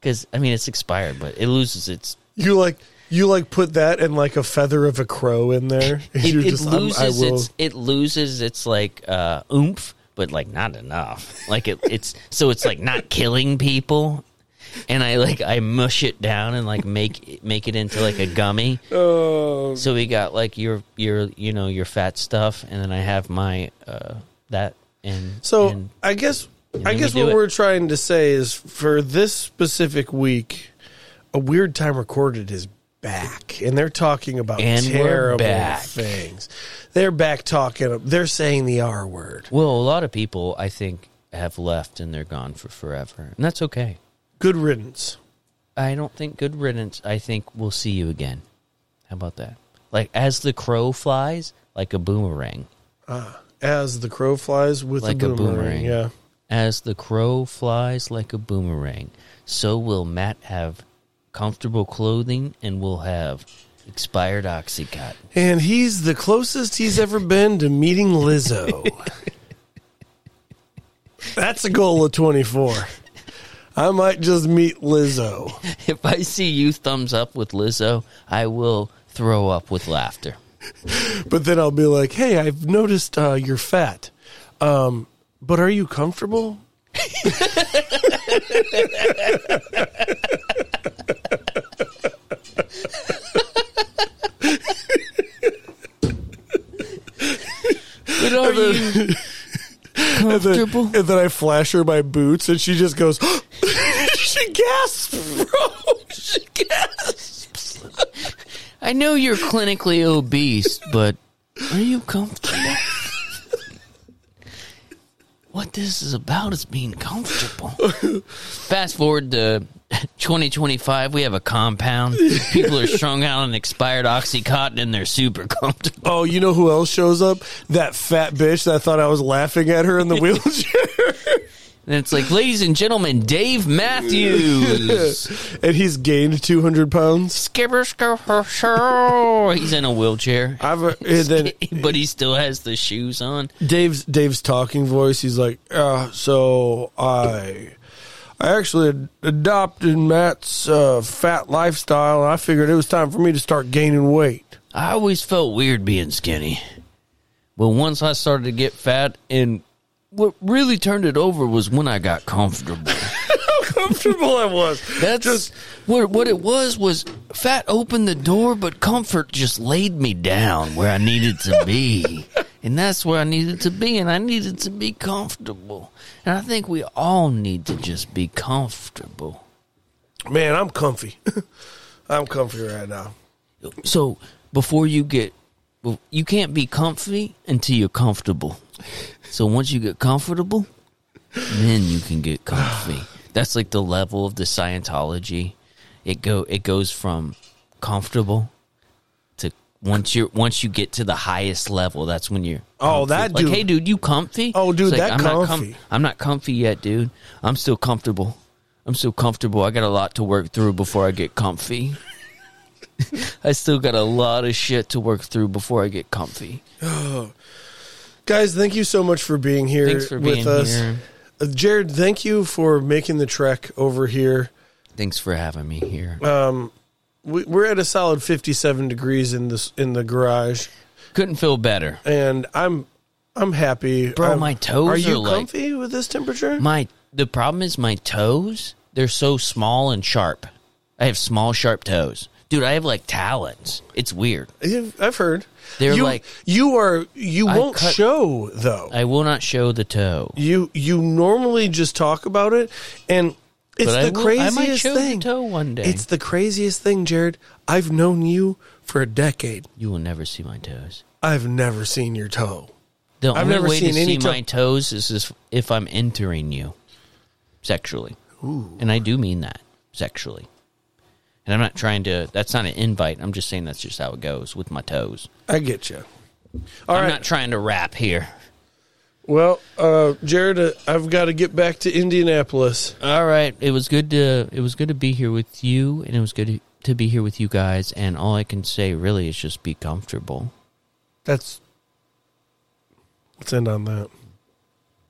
Speaker 2: because I mean it's expired, but it loses its,
Speaker 1: You like you like put that and like a feather of a crow in there.
Speaker 2: it,
Speaker 1: You're
Speaker 2: it
Speaker 1: just, I'm-
Speaker 2: loses its, it loses its like uh, oomph, but like not enough, like it, it's so it's like not killing people. And I like I mush it down and like make it- make it into like a gummy.
Speaker 1: Oh,
Speaker 2: So we got like your your you know your fat stuff, and then I have my uh that and
Speaker 1: so
Speaker 2: and-
Speaker 1: I guess
Speaker 2: and
Speaker 1: I
Speaker 2: then
Speaker 1: guess
Speaker 2: we do
Speaker 1: what
Speaker 2: it.
Speaker 1: we're trying to say is for this specific week, a weird time recorded is back, and they're talking about
Speaker 2: And we're
Speaker 1: terrible
Speaker 2: back.
Speaker 1: things. They're back talking. They're saying the R word.
Speaker 2: well, a lot of people I think have left and they're gone for forever, and that's okay.
Speaker 1: Good riddance.
Speaker 2: I don't think good riddance. I think we'll see you again. How about that? Like as the crow flies, like a boomerang.
Speaker 1: As the crow flies with
Speaker 2: Like
Speaker 1: a
Speaker 2: a
Speaker 1: boomerang.
Speaker 2: boomerang.
Speaker 1: Yeah.
Speaker 2: As the crow flies like a boomerang, so will Matt have comfortable clothing and will have expired oxycontin.
Speaker 1: And he's the closest he's ever been to meeting Lizzo. That's a goal of 24. I might just meet Lizzo.
Speaker 2: If I see you thumbs up with Lizzo, I will throw up with laughter.
Speaker 1: But then I'll be like, hey, I've noticed uh, you're fat. Um, but are you comfortable?
Speaker 2: But are you
Speaker 1: And
Speaker 2: comfortable?
Speaker 1: then, and then I flash her my boots and she just goes, she gasps, bro.
Speaker 2: She gasps. I know you're clinically obese, but are you comfortable? what this is about is being comfortable. Fast forward to 2025, we have a compound. People are strung out on expired Oxycontin and they're super comfortable.
Speaker 1: Oh, you know who else shows up? That fat bitch that thought I was laughing at her in the wheelchair.
Speaker 2: And it's like, ladies and gentlemen, Dave Matthews.
Speaker 1: and he's gained 200 pounds.
Speaker 2: Skipper Skipper Oh, He's in a wheelchair.
Speaker 1: I've uh, and then
Speaker 2: but he still has the shoes on.
Speaker 1: Dave's Dave's talking voice. He's like, uh, so I, I actually ad- adopted Matt's uh, fat lifestyle, and I figured it was time for me to start gaining weight.
Speaker 2: I always felt weird being skinny. But once I started to get fat, and what really turned it over was when I got comfortable.
Speaker 1: Comfortable I was.
Speaker 2: That's what what it was was fat opened the door, but comfort just laid me down where I needed to be, and that's where I needed to be, and I needed to be comfortable, and I think we all need to just be comfortable.
Speaker 1: Man, I'm comfy. I'm comfy right now.
Speaker 2: So before you get, well, you can't be comfy until you're comfortable. So once you get comfortable, then you can get comfy. That's like the level of the Scientology. It go it goes from comfortable to once you're once you get to the highest level, that's when you're
Speaker 1: Oh,
Speaker 2: comfy.
Speaker 1: that
Speaker 2: like,
Speaker 1: dude.
Speaker 2: hey dude, you comfy?
Speaker 1: Oh, dude,
Speaker 2: It's
Speaker 1: that
Speaker 2: Not
Speaker 1: comfy.
Speaker 2: I'm not comfy yet, dude. I'm still comfortable. I'm still comfortable. I got a lot to work through before I get comfy. I still got a lot of shit to work through before I get comfy.
Speaker 1: Guys, thank you so much for being here
Speaker 2: Thanks for
Speaker 1: with
Speaker 2: being
Speaker 1: us.
Speaker 2: here.
Speaker 1: Uh, Jared, thank you for making the trek over here.
Speaker 2: Thanks for having me here.
Speaker 1: We, we're at a solid 57 degrees in this in the garage.
Speaker 2: Couldn't feel better.
Speaker 1: and I'm I'm happy.
Speaker 2: Bro,
Speaker 1: I'm-
Speaker 2: my toes
Speaker 1: Are you
Speaker 2: are, like-
Speaker 1: comfy with this temperature?
Speaker 2: My the problem is my toes. They're so small and sharp. I have small sharp toes. dude, I have like talons. It's weird.
Speaker 1: I've I've heard.
Speaker 2: They're
Speaker 1: you,
Speaker 2: like-
Speaker 1: you are you
Speaker 2: I
Speaker 1: won't
Speaker 2: cut-
Speaker 1: show though.
Speaker 2: I will not show the toe.
Speaker 1: you you normally just talk about it, and it's
Speaker 2: But I
Speaker 1: the
Speaker 2: will- I
Speaker 1: craziest
Speaker 2: might show the
Speaker 1: thing.
Speaker 2: toe one day.
Speaker 1: It's the craziest thing, Jared. I've known you for a decade.
Speaker 2: You will never see my toes.
Speaker 1: I've never seen your toe.
Speaker 2: The
Speaker 1: I've
Speaker 2: only
Speaker 1: never
Speaker 2: way to
Speaker 1: seen any
Speaker 2: see
Speaker 1: toe-
Speaker 2: my toes is if- if I'm entering you sexually. And I do mean that sexually. And I'm not trying to, that's not an invite. I'm just saying that's just how it goes with my toes.
Speaker 1: I get you. All right.
Speaker 2: I'm not trying to rap here.
Speaker 1: well, uh, Jared, uh, I've got to get back to Indianapolis.
Speaker 2: All right. It was good to, it was good to be here with you and it was good to be here with you guys. And all I can say really is just be comfortable.
Speaker 1: That's. Let's end on that.